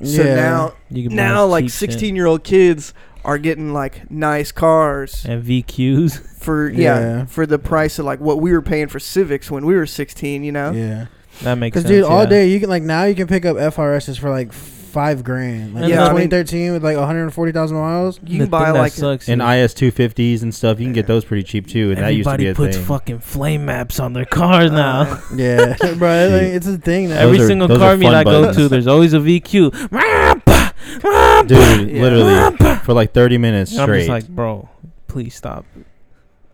So Yeah. now, You buy now like cheap shit. sixteen-year-old kids are getting like nice cars and VQs. for yeah, Yeah. for the price of like what we were paying for Civics when we were sixteen. You know, yeah. That makes Because sense. dude, all yeah. day you can like now you can pick up FRSs for like five grand. Like Yeah, in I mean- 2013 with like 140,000 miles. you The can buy thing that like sucks And is IS 250s and stuff, you can get those pretty cheap too. And that used to everybody be a puts thing. fucking flame maps on their cars now. uh, Yeah, bro. Like, Shit. it's a thing now. Every Those are- single those car are meet fun I go buttons. to, there's always a VQ. Dude, Yeah. literally for like 30 minutes And I'm straight. just like, bro, please stop.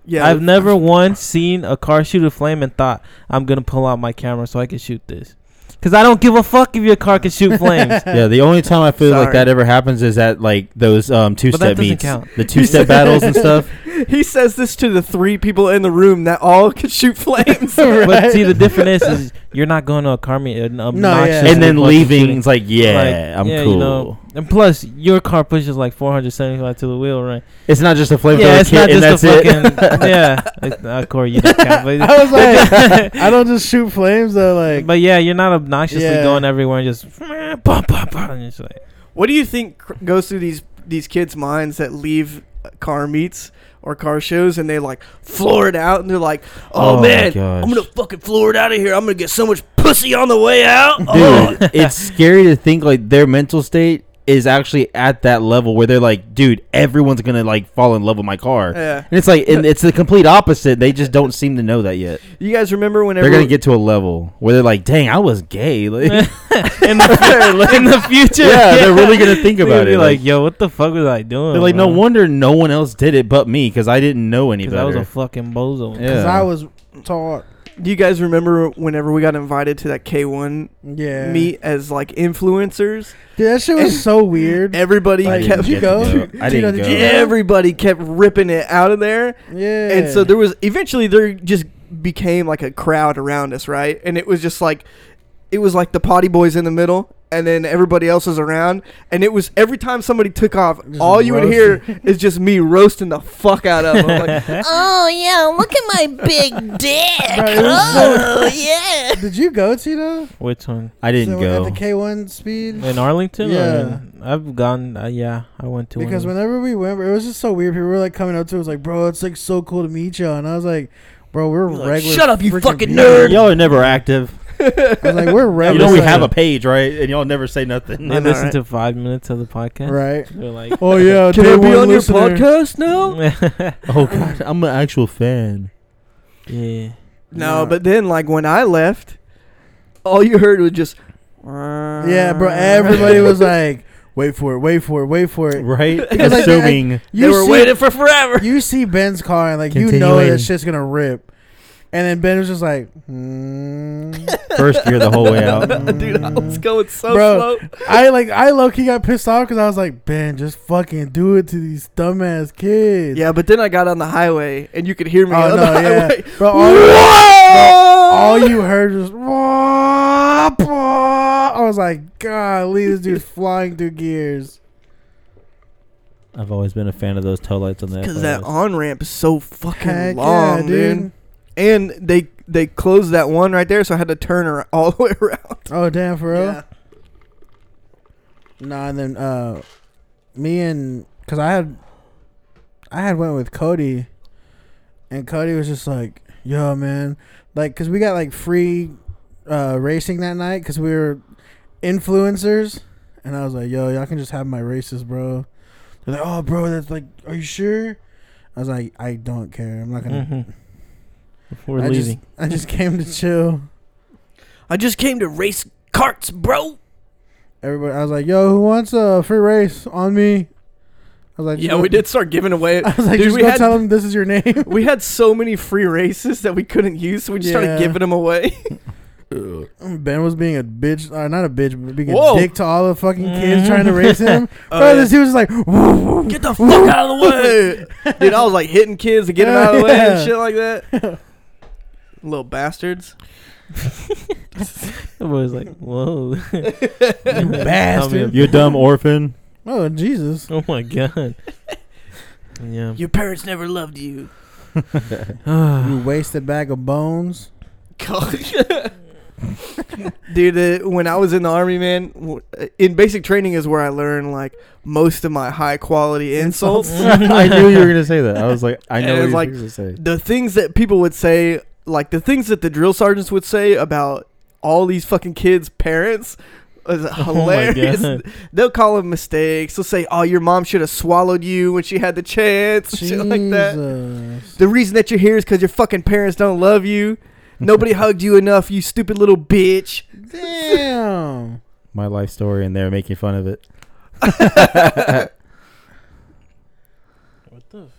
yeah, I've never once seen a car shoot a flame and thought I'm gonna pull out my camera so I can shoot this, cause I don't give a fuck if your car can shoot flames. yeah, the only time I feel like Sorry. that ever happens is at like those um, two that step doesn't meets, count. the two step battles and stuff. He says this to the three people in the room that all could shoot flames. But see, the difference is, is you're not going to a car meet and obnoxious Just and then people leaving, shooting. it's like, yeah, Like, I'm yeah, you cool. know. And plus, your car pushes like 475 to the wheel, right? It's not just a flamethrower yeah, it's kit, not and just that's a it. fucking yeah. It's, uh, Corey, you don't count, but- I was like, I don't just shoot flames though. Like, But yeah, you're not obnoxiously Yeah. going everywhere and just, bah, bah, bah, and just like, What do you think cr- goes through these these kids' minds that leave uh, car meets or car shows and they like floor it out and they're like, "Oh, Oh my man, gosh. I'm gonna fucking floor it out of here. I'm gonna get so much pussy on the way out." Oh. dude it's scary to think like their mental state is actually at that level where they're like dude everyone's gonna like fall in love with my car Uh, and Yeah. it's like and it's the complete opposite they just don't seem to know that yet You guys remember when they're gonna everyone get to a level where they're like dang i was gay like in the, fu- in the future, yeah they're really gonna think They're about be it Like, like, yo, what the fuck was I doing? they're like no bro?" wonder no one else did it but me because i didn't know any 'Cause I was a better fucking bozo. Yeah. cause I was taught. do you guys remember whenever we got invited to that K1 Yeah. meet as like influencers? Dude, that shit was so weird. Everybody I didn't kept Did get you to go? go. I Tino, didn't did go. you everybody kept ripping it out of there Yeah. And so there was eventually there just became like a crowd around us, right? And it was just like it was like the potty boys in the middle and then everybody else was around and it was every time somebody took off Just all you would hear is just me roasting the fuck out of them like, Oh yeah, look at my big dick. Bro, it was so- oh yeah. Did you go, Tito? Which one? i didn't So go at the K1 speed. In Arlington? Yeah. Yeah. I've gone, uh, yeah, I went to one Because of them. whenever we went, it was just so weird. People were like coming up to us, like, "Bro, it's like so cool to meet you," and I was like, "Bro, we're like, regular. "Shut up, you freaking fucking people." nerd. y'all are never active I was like, "We're you regular." know we have a page right and y'all never say nothing They I know, listen right? to five minutes of the podcast. right. They're like, Oh yeah, Can day I be one on your listener. podcast now? oh god i'm an actual fan yeah. No, Yeah. but then like when I left, all you heard was just Yeah, Uh. bro. Everybody was like, "Wait for it, wait for it, wait for it." right Because, like, they- assuming They You were see, waiting for forever. you see Ben's car, and like you know Continuing. that shit's gonna rip. And then Ben was just like, hmm. first year the whole way out. Dude, I was going so Mm. Bro. slow. I like, I low key got pissed off because I was like, Ben, just fucking do it to these dumbass kids. Yeah, but then I got on the highway and you could hear me Oh, on no, the yeah. highway. Bro, all, all you heard was, "Wah, wah." I was like, golly, this dude's flying through gears. I've always been a fan of those taillights on the Because that on ramp is so fucking Heck long, yeah, dude. And they they closed that one right there, so I had to turn her all the way around. Oh, damn, for real? Yeah. Nah, and then uh, me and because I had, I had went with Cody, and Cody was just like, "Yo, man, like, cause we got like free uh, racing that night because we were influencers, and I was like, "Yo, y'all can just have my races, bro." They're like, "Oh, bro, that's like, are you sure?" I was like, "I don't care. I'm not gonna." hmm We're I just, leaving. I just came to chill. I just came to race carts, bro. Everybody, I was like, "Yo, who wants a free race on me?" I was like, Yeah, "Just we go- did start giving away. I was like, Dude, just we go had- tell them this is your name. We had so many free races that we couldn't use, so we just started Yeah. giving them away. Ben was being a bitch, uh, not a bitch, but being Whoa. a dick to all the fucking kids trying to race him. Oh, Bro, yeah. this dude was like, Get the fuck out of the way, dude! I was like hitting kids to get them out of the way and Yeah. shit like that. Little bastards. Everybody's like, whoa. "You bastard!" You dumb orphan. Oh Jesus! oh my God. Yeah. Your parents never loved you. you wasted bag of bones. Dude, uh, when I was in the army, man, w- in basic training is where I learned like most of my high quality insults. I knew you were gonna say that. I was like, I And know it what was you're like- gonna say. the things that people would say, like the things that the drill sergeants would say about all these fucking kids' parents. Was hilarious. God. They'll call them mistakes. They'll say, "Oh, your mom should have swallowed you when she had the chance," and shit like that. Jesus. The reason that you're here is because your fucking parents don't love you. Nobody hugged you enough, you stupid little bitch. Damn. My life story, and they're making fun of it.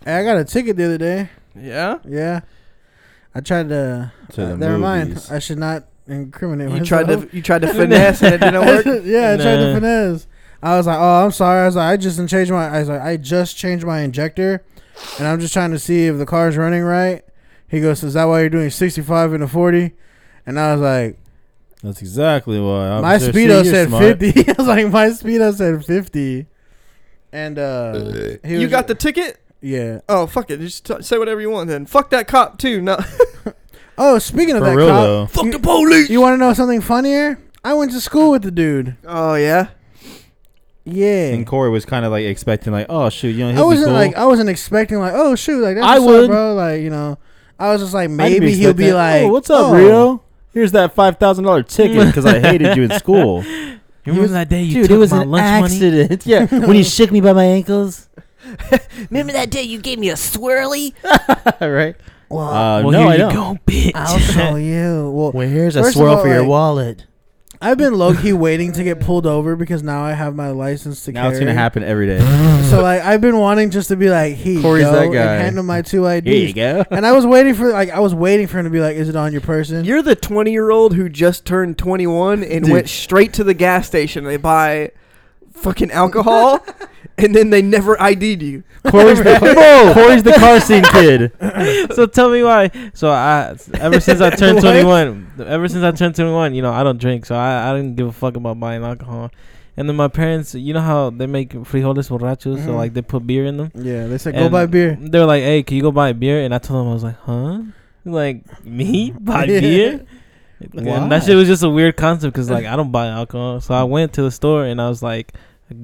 Hey, I got a ticket the other day. Yeah. Yeah. I tried to. To uh, the never mind. movies. I should not incriminate You myself. tried to you tried to finesse and it didn't work. yeah, I tried to Nah. finesse. I was like, oh, I'm sorry. I was like, I just didn't change my. I was like, I just changed my injector, and I'm just trying to see if the car's running right. He goes, is that why you're doing 65 and a 40? And I was like, That's exactly why. I'm my speedo said 50. I was like, my speedo said 50. And uh, he You was- got the ticket. yeah. Oh fuck it, just t- say whatever you want then. Fuck that cop too. No. Oh, speaking of For that, real cop, though, fuck the police. you want to know something funnier? I went to school with the dude. Oh yeah. Yeah. and Corey was kind of like expecting, like, oh shoot, you know, I he'll be wasn't cool. like uh, I wasn't expecting like oh shoot like that's I what's up, would. bro like you know I was just like I'd maybe he'll expecting, be like oh, what's up, oh. Rio? Here's that five thousand dollar ticket because I hated you in school, You remember that day you dude. took It was my an lunch accident. Yeah, when you shook me by my ankles, Remember that day you gave me a swirly? right? Well, Uh, money? Well, no, here I you don't. go, bitch. I'll show you. Well, Well, here's a a First of swirl swirl all, for for your your like- wallet. I've been low key waiting to get pulled over because now I have my license to Now carry. it's gonna happen every day. So like I've been wanting just to be like he Corey's go, that and guy. hand him my two IDs. Here you go. And I was waiting for like I was waiting for him to be like, is it on your person? You're the 20 year old who just turned 21 and Dude. went straight to the gas station. They buy fucking alcohol and then they never ID'd you. Corey's the Corey's the car scene kid. so tell me why. So I, ever since I turned 21, ever since I turned 21, you know, I don't drink, so I, I didn't give a fuck about buying alcohol. And then my parents, you know how they make frijoles borrachos, so Mhm. like they put beer in them. yeah, they said go And buy beer. They were like, "Hey, can you go buy a beer?" And I told them I was like, "Huh? Like me buy Yeah. beer?" And Why? that shit was just a weird concept because like I don't buy alcohol, so I went to the store and I was like,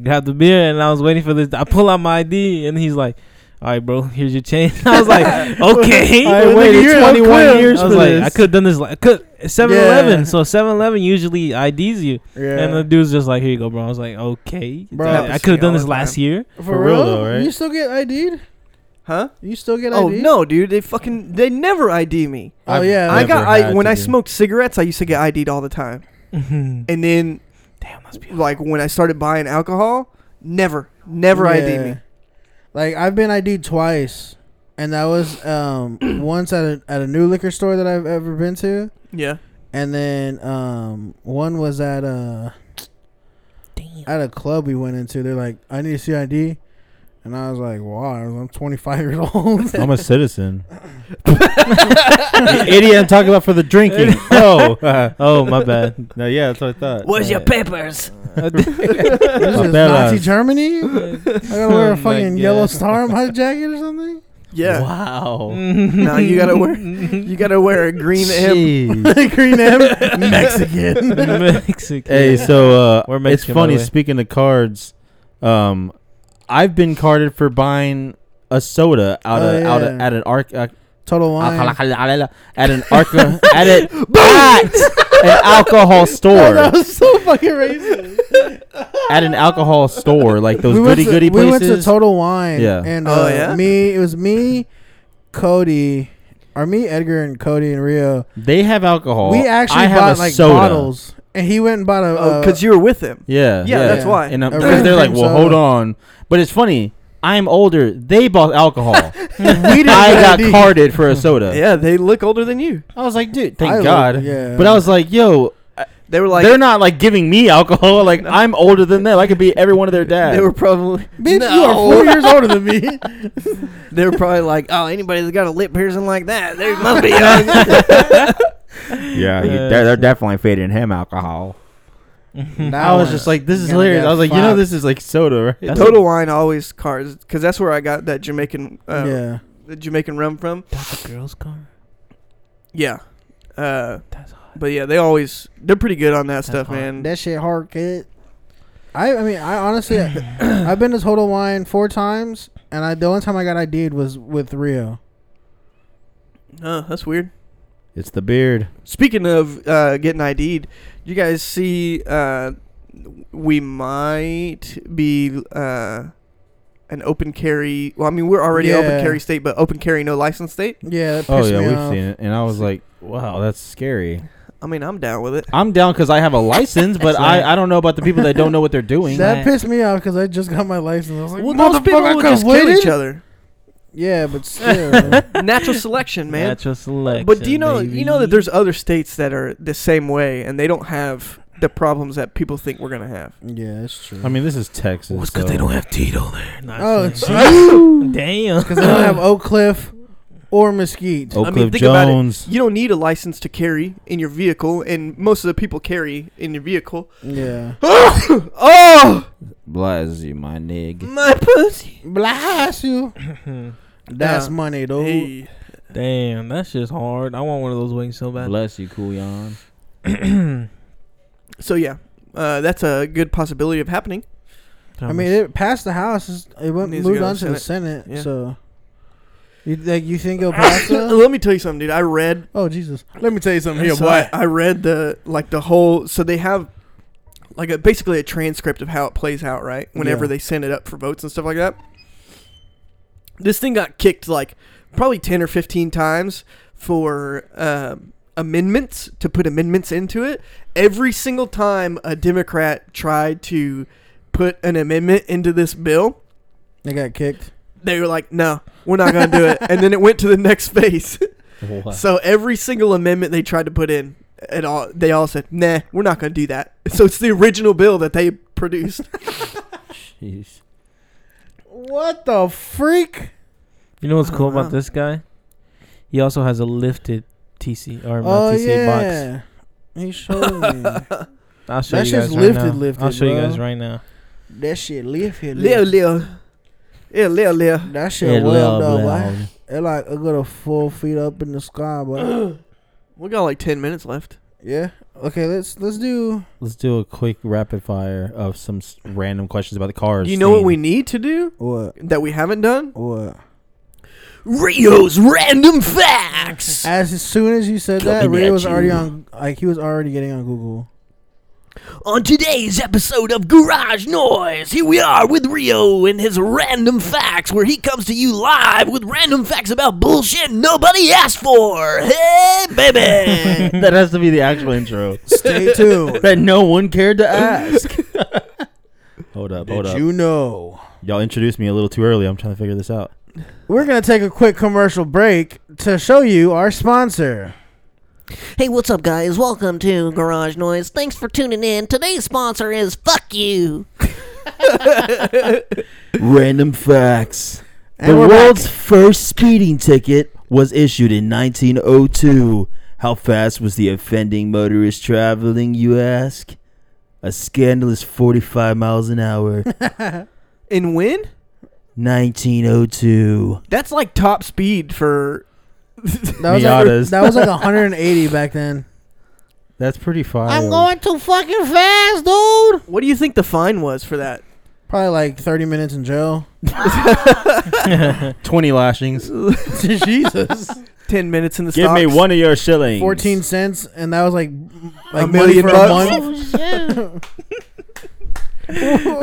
grabbed the beer and I was waiting for this. I pull out my ID and he's like. All right, bro. Here's your change. I was like, okay. I waited 21 years I was for like, this. I could have done this. Like, I could 7-Eleven. So 7-Eleven usually IDs you, Yeah, and the dude's just like, "Here you go, bro." I was like, okay. Bro. I- I Happens to could me have done all this the last time. year. for, for real, real though, right? You still get ID'd? Huh? You still get Oh ID'd? no, dude. They fucking they never ID me. Oh yeah. I Never got I had when to I do. smoked cigarettes, I used to get ID'd all the time. Damn, And then that's beautiful. like when I started buying alcohol, never never ID me. Like I've been ID'd twice, and that was um once at a, at a new liquor store that I've ever been to, Yeah. and then um one was at a Damn. at a club we went into. They're like, I need to see ID, and I was like, Wow, I'm 25 years old. I'm a citizen. the idiot I'm talking about for the drinking. Oh, Oh my bad. no, yeah, that's what I thought. Where's your peppers? this is bad Nazi ass. Germany. I gotta wear Oh a my fucking God. yellow star on my jacket or something. Yeah. Wow. Now you gotta wear you gotta wear a green M. Jeez. Green M, Mexican. Mexican. hey, so uh, We're it's Mexican, by funny. the way. Speaking of cards, um, I've been carded for buying a soda out Oh, of out of, yeah. at an arc uh, Total wine. at an arc at it at an alcohol store That was so fucking racist. at an alcohol store like those went goody to- goody We places. went to Total Wine. Yeah. And uh, Oh, yeah? me, it was me, Cody, or me, Edgar, and Cody and Rio. They have alcohol. we actually Oh, I have bought a like soda. bottles, and he went and bought a. Oh, uh, cuz you were with him. Yeah, Yeah, that's why. And um, A because they're red like, cream well, hold soda. on. But it's funny. I'm older. They bought alcohol. we didn't I get got ID. carded for a soda. Yeah, they look older than you. I was like, dude, I thank look- God. yeah. But I was like, yo, They were like they're not like giving me alcohol. Like I'm older than them. I could be every one of their dads. they were probably Bitch, you are four years older than me. They were probably like, oh, anybody that's got a lip piercing like that, they must be young. yeah, he- they're- they're definitely feeding him alcohol. Now I was just like, this is Gonna hilarious. get I was like, you know, fucked. this is like soda, right? That's Oh. Total Wine always cards, because that's where I got that Jamaican uh, yeah. the Jamaican rum from. That's a girl's car. Yeah. Uh, That's hot. but yeah, they always they're pretty good on that stuff, hot. man. That shit hard, kid. I I mean I honestly I've been to Total Wine four times, and I the only time I got ID'd was with Rio. Uh, that's weird. It's the beard. Speaking of uh, getting ID'd, you guys see uh, we might be uh, an open carry. Well, I mean, we're already open Yeah. carry state, but open carry no license state. Yeah. That Oh pissed yeah, me we've off. seen it, and I was like, wow, that's scary. I mean, I'm down with it. I'm down because I have a license, but I I don't know about the people that don't know what they're doing. That that. pissed me off because I just got my license. I was like, Well, most people motherfucker, I would could just kill win each it. other. Yeah, but still. Natural selection, man. Natural selection. But do you know you know that baby. there's other states that are the same way and they don't have the problems that people think we're gonna have. yeah, that's true. I mean, this is Texas. Well, it's because so- they don't have Tito there. Nah, oh, it's like- because damn. they don't have Oak Cliff or Mesquite. Oak I mean, Cliff think about it. Jones. You don't need a license to carry in your vehicle, and most of the people carry in your vehicle. Yeah. Oh, Bless you, my nig. my pussy. Blast you. That's Yeah. money, though. Hey. Damn, that shit's hard. I want one of those wings so bad. Bless you, Kuyan. So yeah, uh, that's a good possibility of happening. I mean, it passed the House. it's- It went Needs to moved go to on to the Senate. Yeah. So, you like you think it'll pass? though? Let me tell you something, dude. I read. oh Jesus! Let me tell you something here, so boy. I, I read the like the whole. So they have like a basically a transcript of how it plays out, right? Whenever Yeah. they send it up for votes and stuff like that. This thing got kicked like probably ten or fifteen times for um amendments to put amendments into it. Every single time a Democrat tried to put an amendment into this bill, They got kicked. they were like, "No, we're not going to do it." And then it went to the next phase. So every single amendment they tried to put in, at all they all said, "Nah, we're not going to do that." So it's the original bill that they produced. Jeez. What the freak? you know what's Wow. cool Uh-huh. about this guy? He also has a lifted TC or Oh not TC box. yeah. He showed me I'll show That you guys shit's right lifted, now. lifted, I'll show you guys bro. right now. that shit. Live here, Leo, live. Leo, yeah, Leo, Leo. That shit well done, boy. It like it got a four feet up in the sky, boy. We got like ten minutes left. yeah. Okay, let's let's do. Let's do a quick rapid fire of some s- random questions about the cars. you know what theme. we need to do What? that we haven't done? What? Rio's random facts. As soon as you said that, Coming Ray at was already you. on. Like he was already getting on Google. On today's episode of Garage Noise, here we are with Rio and his random facts, where he comes to you live with random facts about bullshit nobody asked for. Hey, baby! that has to be the actual intro Stay tuned. that no one cared to ask. hold up, hold up. you know? Y'all introduced me a little too early. I'm trying to figure this out. We're gonna take a quick commercial break to show you our sponsor. Hey, what's up, guys? Welcome to Garage Noise. Thanks for tuning in. Today's sponsor is Fuck You. Random facts. And we're back. first speeding ticket was issued in 1902. How fast was the offending motorist traveling, you ask? A scandalous 45 miles an hour. And when? 1902. That's like top speed for. That was like, Miatas. that was like 180 back then. That's pretty fire. too fucking fast, dude. What do you think the fine was for that? Probably like 30 minutes in jail. 20 lashings. Jesus. Ten minutes in the Give me stocks? one of your shillings. 14 cents, and that was like, m- like A money million for Oh, bucks? a month.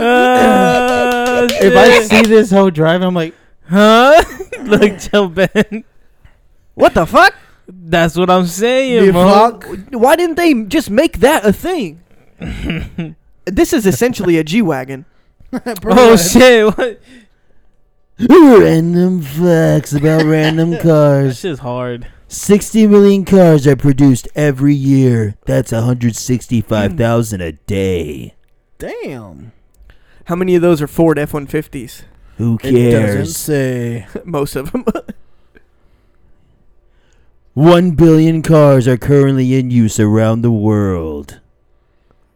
Uh, If I see this whole drive, I'm like, huh? Look, Joe Ben. What the fuck? That's what I'm saying, Be bro. fuck. Why didn't they just make that a thing? this is essentially a G wagon. Oh shit! What? random facts about random That cars. shit's hard. 60 million cars are produced every year. That's 165,000 a day. Damn. How many of those are Ford F one fifties? Who It doesn't cares? say. Most of them. 1 billion cars are currently in use around the world.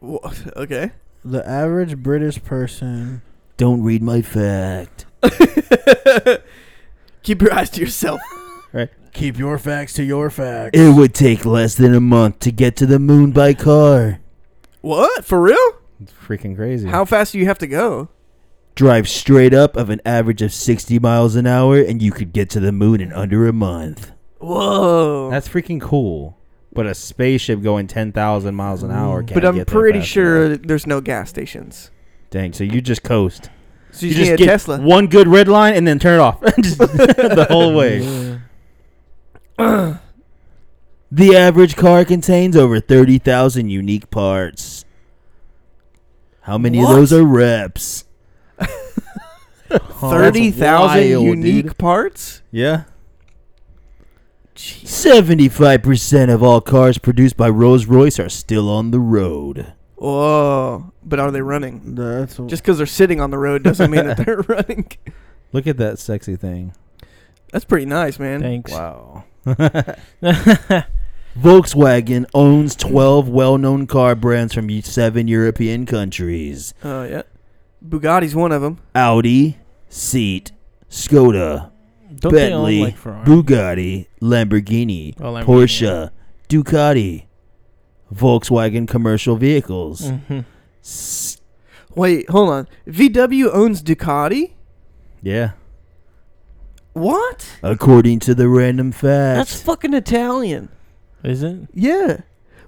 okay. The average British person. Don't read my fact. Keep your eyes to yourself. Keep your facts to your facts. It would take less than a month to get to the moon by car. what? For real? It's freaking crazy. How fast do you have to go? Drive straight up of an average of 60 miles an hour, and you could get to the moon in under a month. Whoa. That's freaking cool. But a spaceship going 10,000 miles an hour can't Mm. but I'm get there pretty fast sure enough. that there's no gas stations. Dang, so you just coast. So you, just need a get Tesla. one good red line and then turn it off Just the whole way. Yeah. The average car contains over 30,000 unique parts. How many What? of those are reps? Oh, Thirty thousand wild, unique dude. parts. Yeah. 75% of all cars produced by Rolls Royce are still on the road. Whoa! But are they running? That's Just because they're sitting on the road doesn't mean that they're running. Look at that sexy thing. That's pretty nice, man. Thanks. Wow. Volkswagen owns 12 well known car brands from seven European countries. Oh yeah, Bugatti's one of them. Audi, Seat, Skoda, Don't they own, Bentley, like, Ferrari? Bugatti, Lamborghini, Oh, Lamborghini, Porsche, Ducati, Volkswagen commercial vehicles. Mhm. S- Wait, hold on. VW owns Ducati. Yeah. What? According to the random That's facts. fucking Italian. Is it? Yeah.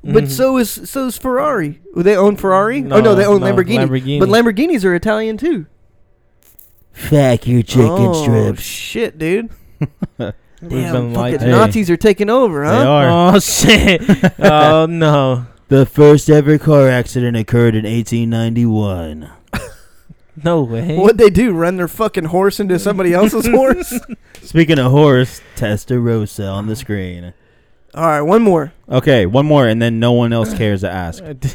But Mm-hmm. Mhm. so is so is Ferrari. Well, They own Ferrari. oh No, no, they own no, Lamborghini. Lamborghini. But Lamborghinis are Italian too. Fuck your chicken oh, strips. shit, dude. We've Damn, been lied fucking Hey. to. Nazis are taking over, They huh? are. Oh shit! oh no! The first ever car accident occurred in 1891. No way! What'd they do? Run their fucking horse into somebody else's horse? Speaking of horse, Testarossa on the screen. All right, one more. Okay, one more, and then no one else cares to ask. Uh, d-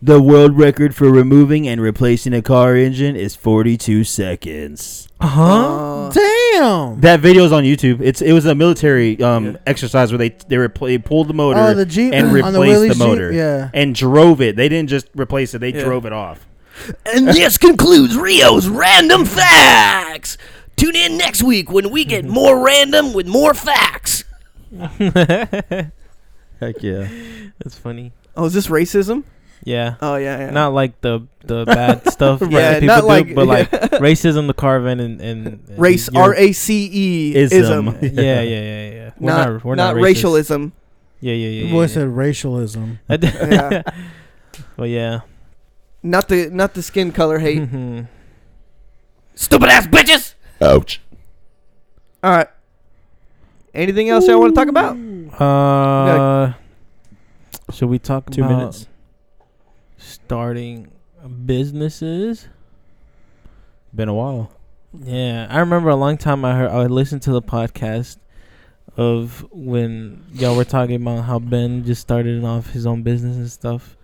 The world record for removing and replacing a car engine is 42 seconds. Huh? Uh, damn. That video is on YouTube. It's it was a military um, exercise where they they, repl- they pulled the motor Oh, the Jeep and on replaced the the Willys Jeep? motor. Yeah. and drove it. They didn't just replace it; they Yeah. drove it off. And this concludes Rio's Random Facts. Tune in next week when we get more random with more facts. Heck yeah! That's funny. oh, is this racism? Yeah. Oh yeah, yeah. Not like the the bad stuff Right. that Yeah, people not do, like- but like racism, the caravan, and, and, and race Europe- R A C E Ism. ism. Yeah, yeah, yeah, yeah. We're Not, not, not, we're not, racist. racialism. Yeah, yeah, yeah. The yeah, boy yeah. said racialism. I d- Yeah. well, yeah. Not the not the skin color hate. Mhm. Stupid ass bitches. All right. Anything else y'all want to talk about? uh, should we talk Two about minutes. starting businesses? Been a while. Yeah, I remember a long time I heard I listened to the podcast of when y'all were talking about how Ben just started off his own business and stuff.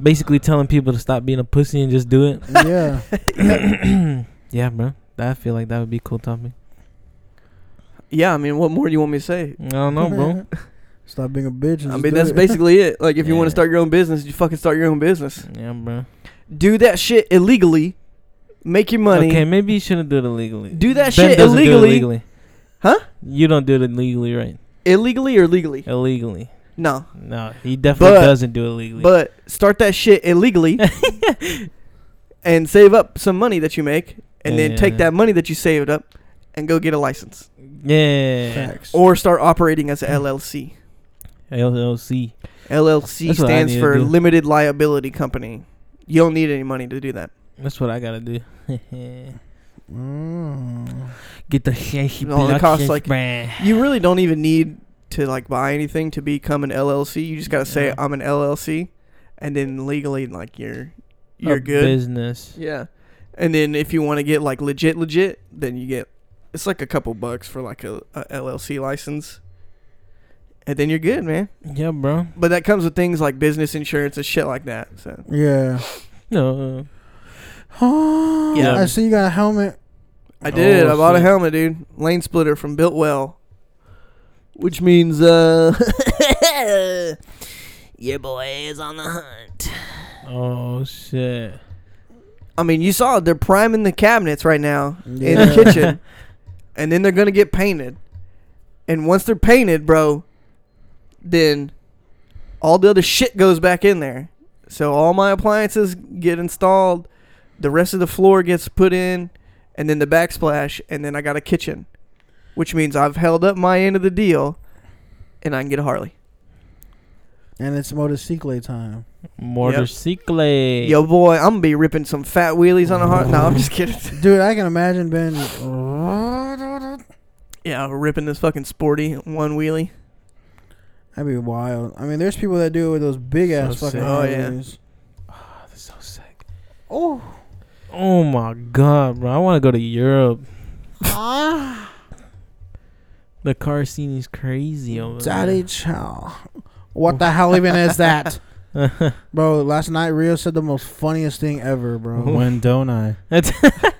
Basically telling people to stop being a pussy and just do yeah. it. yeah, bro. That I feel like that would be a cool topic. Yeah, I mean, what more do you want me to say? I don't know, bro. Stop being a bitch. And I just mean, do that's it. basically it. Like, if you want Yeah. to start your own business, you fucking start your own business. yeah, bro. Do that shit illegally. Make your money. Okay, maybe you shouldn't do it illegally. Do that Ben shit doesn't do it illegally. Huh? You don't do it illegally, right? Illegally or legally? Illegally. No. No, he definitely But- doesn't do it illegally. But start that shit illegally and save up some money that you make and then take Yeah. that money that you saved up and go get a license yeah. facts. or start operating Hmm. as a LLC. LLC. LLC That's what I stands need to for do. limited liability company. You don't need any money to do that. That's what I gotta do. Mm. Get the shaky It only block costs, shaky like- brand. You really don't even need to like buy anything to become an LLC. You just got to say Yeah. I'm an LLC and then legally like you're you're A good. Business. Yeah. And then if you want to get like legit legit, then you get it's like a couple bucks for like a, a LLC license. And then you're good, man. Yeah, bro. But that comes with things like business insurance and shit like that. So Yeah. No. yeah. I see you got a helmet. I did. Oh, I bought a shit. helmet, dude. Lane splitter from Builtwell, which means uh, Your boy is on the hunt. Oh shit. I mean, you saw they're priming the cabinets right now in Yeah. the kitchen, and then they're gonna get painted. And once they're painted, bro, then all the other shit goes back in there. So all my appliances get installed, the rest of the floor gets put in, and then the backsplash, and then I got a kitchen, which means I've held up my end of the deal, and I can get a Harley. And it's motorcycle time. Motorcycle. Yo, boy, I'm gonna be ripping some fat wheelies on a Harley. no, I'm just kidding. Dude, I can imagine being. Yeah, ripping this fucking sporty one wheelie. That'd be wild. I mean, there's people that do it with those big ass So fucking. sick. Oh, yeah. Harleys. That's so sick. Oh. Oh my god, bro! I want to go to Europe. the car scene is crazy over Daddy Chow. What the hell even is that? there. Bro, last night Rio said the most funniest thing ever, bro. When don't I? That's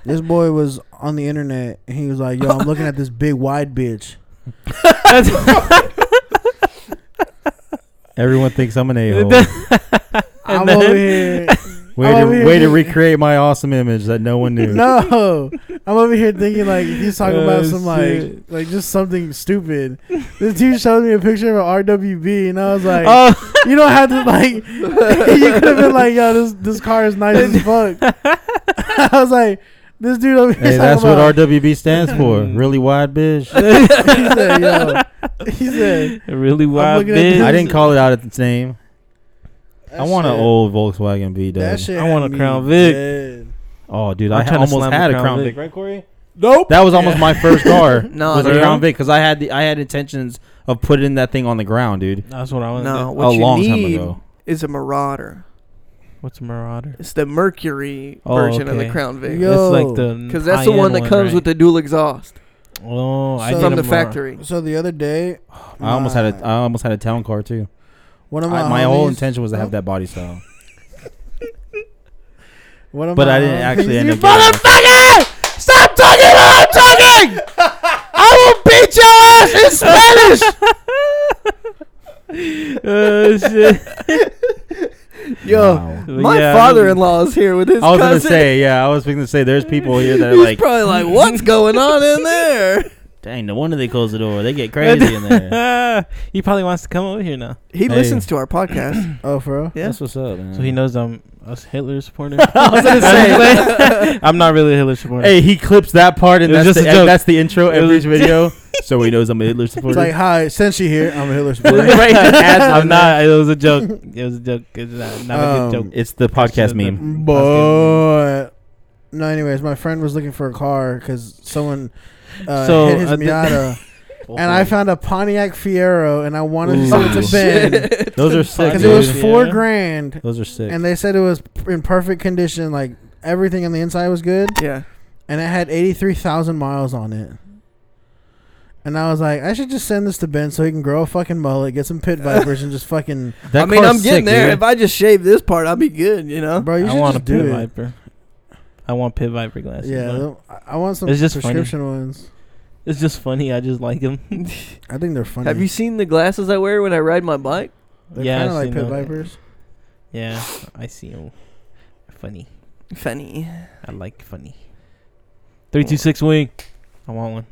this boy was on the internet and he was like, yo, I'm looking at this big wide bitch. that's Everyone thinks I'm an a hole. I'm And then- over here. Way I'm over to here way to thinking- recreate my awesome image that no one knew. No, I'm over here thinking like he's talking Oh, about some like shit. like just something stupid. This dude showed me a picture of an RWB, and I was like, oh, "You don't have to like." you could have been like, "Yo, this this car is nice as fuck." I was like, "This dude over here." Hey, is talking that's what about, RWB stands for. Really wide bitch. he said, "Yo," he said, really wild looking at this- bitch. I didn't call it out at its name. that I want an shit- old Volkswagen V That Dub. shit I had want a me Crown Vic. dead. Oh, dude, I'm I trying almost to slam a had a Crown Crown Vic. Vic. right, Corey? Nope. That was almost my first car. No, was a dude. Crown Vic because I had the, I had intentions of putting that thing on the ground, dude. That's what I want. No, No. what a you long time need ago. is a Marauder. What's Marauder? It's the Mercury Oh, version of the okay. Crown Vic. Mm, Yo. it's like the Because that's the one that comes with the dual exhaust the. Oh, I So- did from a the Mar- factory. So the other day, I almost had my- a I almost had a town car too. One of my, I, my whole homies- intention was to Oh. have that body style, One of but my I didn't homies- actually end You up. Getting it. Motherfucker! Stop talking while I'm talking! I will beat your ass in Spanish! Oh shit! Yo, Wow. my Yeah, I father-in-law is here with his. I was gonna cousin. say, yeah, I was gonna say, there's people here that are He's like, probably like, "What's going on in there?" dang, no wonder they close the door. They get crazy in there. he probably wants to come over here now, He Hey. listens to our podcast. Oh, for real? Yeah. That's what's up, man. so he knows I'm a Hitler supporter. Mm. I was gonna say, I'm not really a Hitler supporter. hey, he clips that part, and It was that's just the, a joke. that's the intro It every was- video. so he knows I'm a Hitler It's supporter. like, hi, since you here, I'm a Hitler supporter. Right, just adds it I'm in not. It was a joke. It was a joke. It's not, not a good Um, joke. Um, It's the podcast Should've meme. been- but no, anyways, my friend was looking for a car because someone uh, So, hit his uh, th- Miata, and I found a Pontiac Fiero, and I wanted Ooh. to sell it to Ben Those are sick. because Fucking it was dude. four Fiero? grand, Those are sick. and they said it was in perfect condition, like everything on the inside was good, yeah, and it had eighty three thousand miles on it. And I was like, I should just send this to Ben so he can grow a fucking mullet, get some pit vipers, and just fucking That I mean, car's I'm sick, getting there. dude. If I just shave this part, I'll be good. You know. bro. oh, You I should want a just do pit it. viper. I want pit viper glasses. Yeah, Yeah, though, I- I want some It's just funny. prescription ones. it's just funny. I just like him. I think they're funny. Have you seen the glasses I wear when I ride my bike? They're Yeah, kind I've of like seen pit those. vipers. Yeah, I see him. Funny. Funny. I like funny. Three two six wing. I want one.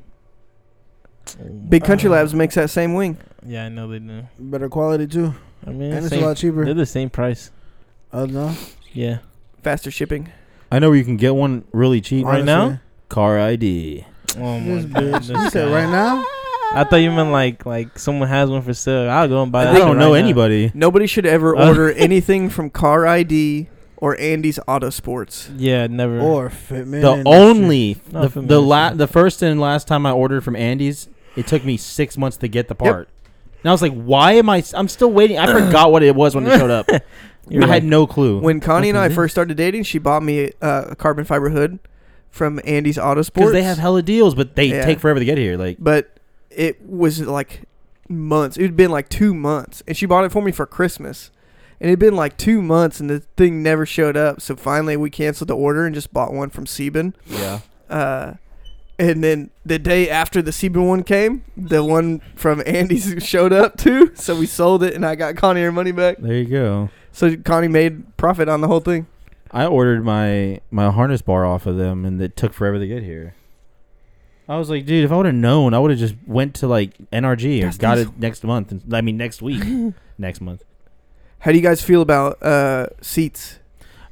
Oh my Big Country God. Labs makes that same wing. Yeah, I know they do. Better quality too, I mean, and it's a same- lot cheaper. they're the same price. Oh no, Yeah. Faster shipping. I know where you can get one really cheap. Right now? Car ID. Oh my This God, bitch. You this said guy. right now? I thought you meant like like someone has one for sale. I'll go and buy. I that I think- shit don't know right now. anybody. Nobody should ever Uh. order anything from Car ID or Andy's Auto Sports. Yeah, never. Or Fitman? The and only No, the, for me, the it's la- not. the first and last time I ordered from Andy's, it took me six months to get the part. And I was like, why am I? s- I'm still waiting. I forgot what it was when it showed up. I You're had like- no clue. When Connie and I Okay. first started dating, she bought me uh, a carbon fiber hood from Andy's Auto Sports. because they have hella deals, but they Yeah. take forever to get here. Like, but it was like months. It had been like two months, and she bought it for me for Christmas. And it'd been like two months, and the thing never showed up. So finally, we canceled the order and just bought one from Sieben. yeah, Uh, and then the day after the Sieben one came, the one from Andy's showed up too. So we sold it, and I got Connie her money back. there you go. So Connie made profit on the whole thing. I ordered my my harness bar off of them, and it took forever to get here. I was like, dude, if I would have known, I would have just went to like NRG or got it next month. I mean, next week, next month. How do you guys feel about uh, seats?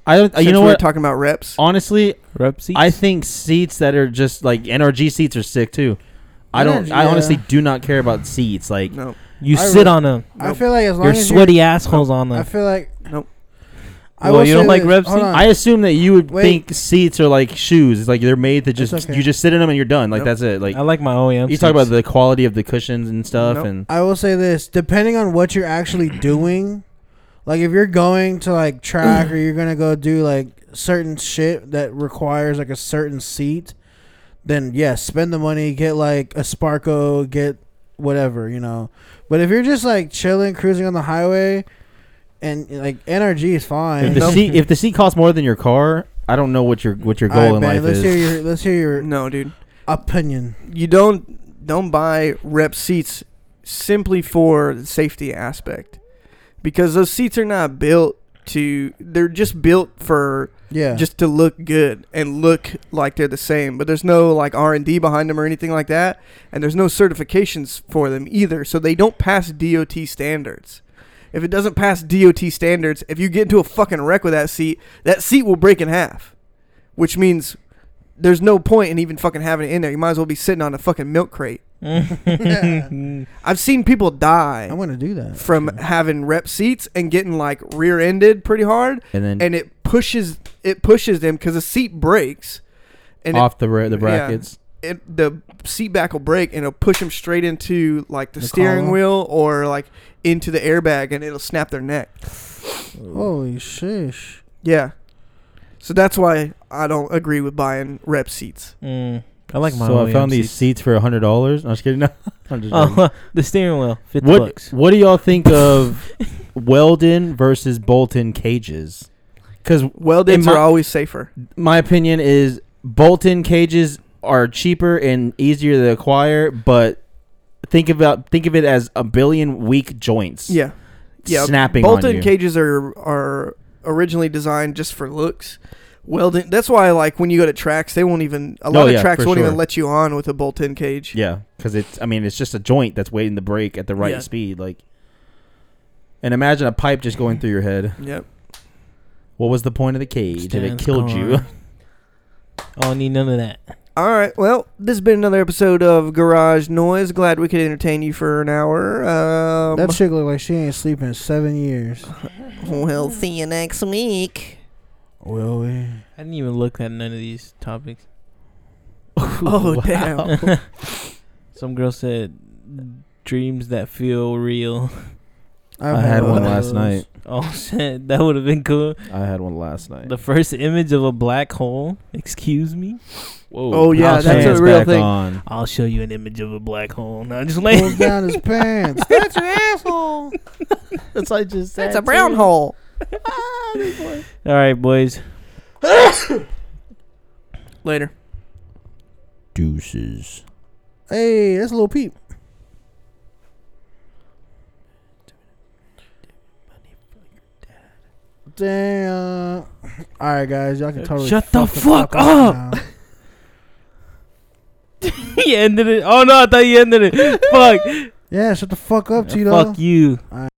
I don't. Since Uh, you know we were what? talking about reps. Honestly, Rep seats. I think seats that are just like NRG seats are sick too. I don't. I Yeah. honestly do not care about seats. Like No, you I sit re- on them. I feel like as long Your as sweaty assholes on you're, I them. feel like Nope. Well, will you don't say like this- Reb hold Seat? on. I assume that you would Wait. think seats are like shoes. It's like they're made to just okay. you just sit in them and you're done. Like Nope. that's it. Like I like my OEM. you talk about seats. the quality of the cushions and stuff Nope. and I will say this: depending on what you're actually doing, like if you're going to like track or you're gonna go do like certain shit that requires like a certain seat, then yes, spend the money, get like a Sparko, get whatever you know. But if you're just like chilling, cruising on the highway, and like NRG is if fine. the Nope. seat if the seat costs more than your car, I don't know what your what your All right, goal in Ben, life let's is. hear your let's hear your no, dude. opinion. You don't don't buy rep seats simply for the safety aspect, because those seats are not built to. They're just built for Yeah, just to look good and look like they're the same but there's no like r&d behind them or anything like that and there's no certifications for them either so they don't pass dot standards if it doesn't pass dot standards if you get into a fucking wreck with that seat that seat will break in half which means there's no point in even fucking having it in there you might as well be sitting on a fucking milk crate i've seen people die I want to do that. from having rep seats and getting like rear-ended pretty hard and then and it pushes it pushes them because the seat breaks and it- off the ra- the yeah. brackets. it, the seat back will break and it'll push them straight into like the, The steering column? wheel or like into the airbag and it'll snap their neck Holy shish! yeah so that's why i don't agree with buying rep seats Mm, I like my. so OEM I found these seats. seats for hundred dollars. I'm just kidding. No, I'm just joking. Oh, the steering wheel. Fifty what bucks. What do y'all think of Weldon versus Bolton cages? Because weldings In my- are always safer my opinion is Bolton cages are cheaper and easier to acquire, but think about think of it as a billion weak joints. yeah yeah snapping bolton on you. cages are are originally designed just for looks welding that's why like when you go to tracks they won't even a Oh, lot yeah, of tracks for won't even sure. let you on with a bolt-in cage yeah, because it's I mean it's just a joint that's waiting to break at the right Yeah. speed, like. And imagine a pipe just going through your head. yep What was the point of the cage? Did it Stan's killed you? car. I don't need none of that. All right. Well, this has been another episode of Garage Noise. Glad we could entertain you for an hour. Um, that chick look like she ain't sleeping in seven years. we'll see you next week. Will we? I didn't even look at none of these topics. Oh, damn. Some girl said dreams that feel real. I've I had one one of last those. night. Oh shit, that would have been cool. I had one last night. The first image of a black hole. Excuse me. Whoa. Oh, yeah, House that's a fans real back thing. on. I'll show you an image of a black hole. No, just Pulls like down his pants. That's your asshole. that's what I just said. That's a brown hole. All right, boys. Later. Deuces. Hey, that's a little peep. Damn. All right, guys, y'all Uh, can totally Shut the fuck now. he ended it. Oh no, I thought you ended it. Fuck. Yeah, shut the fuck up, Tito. Fuck you. All right.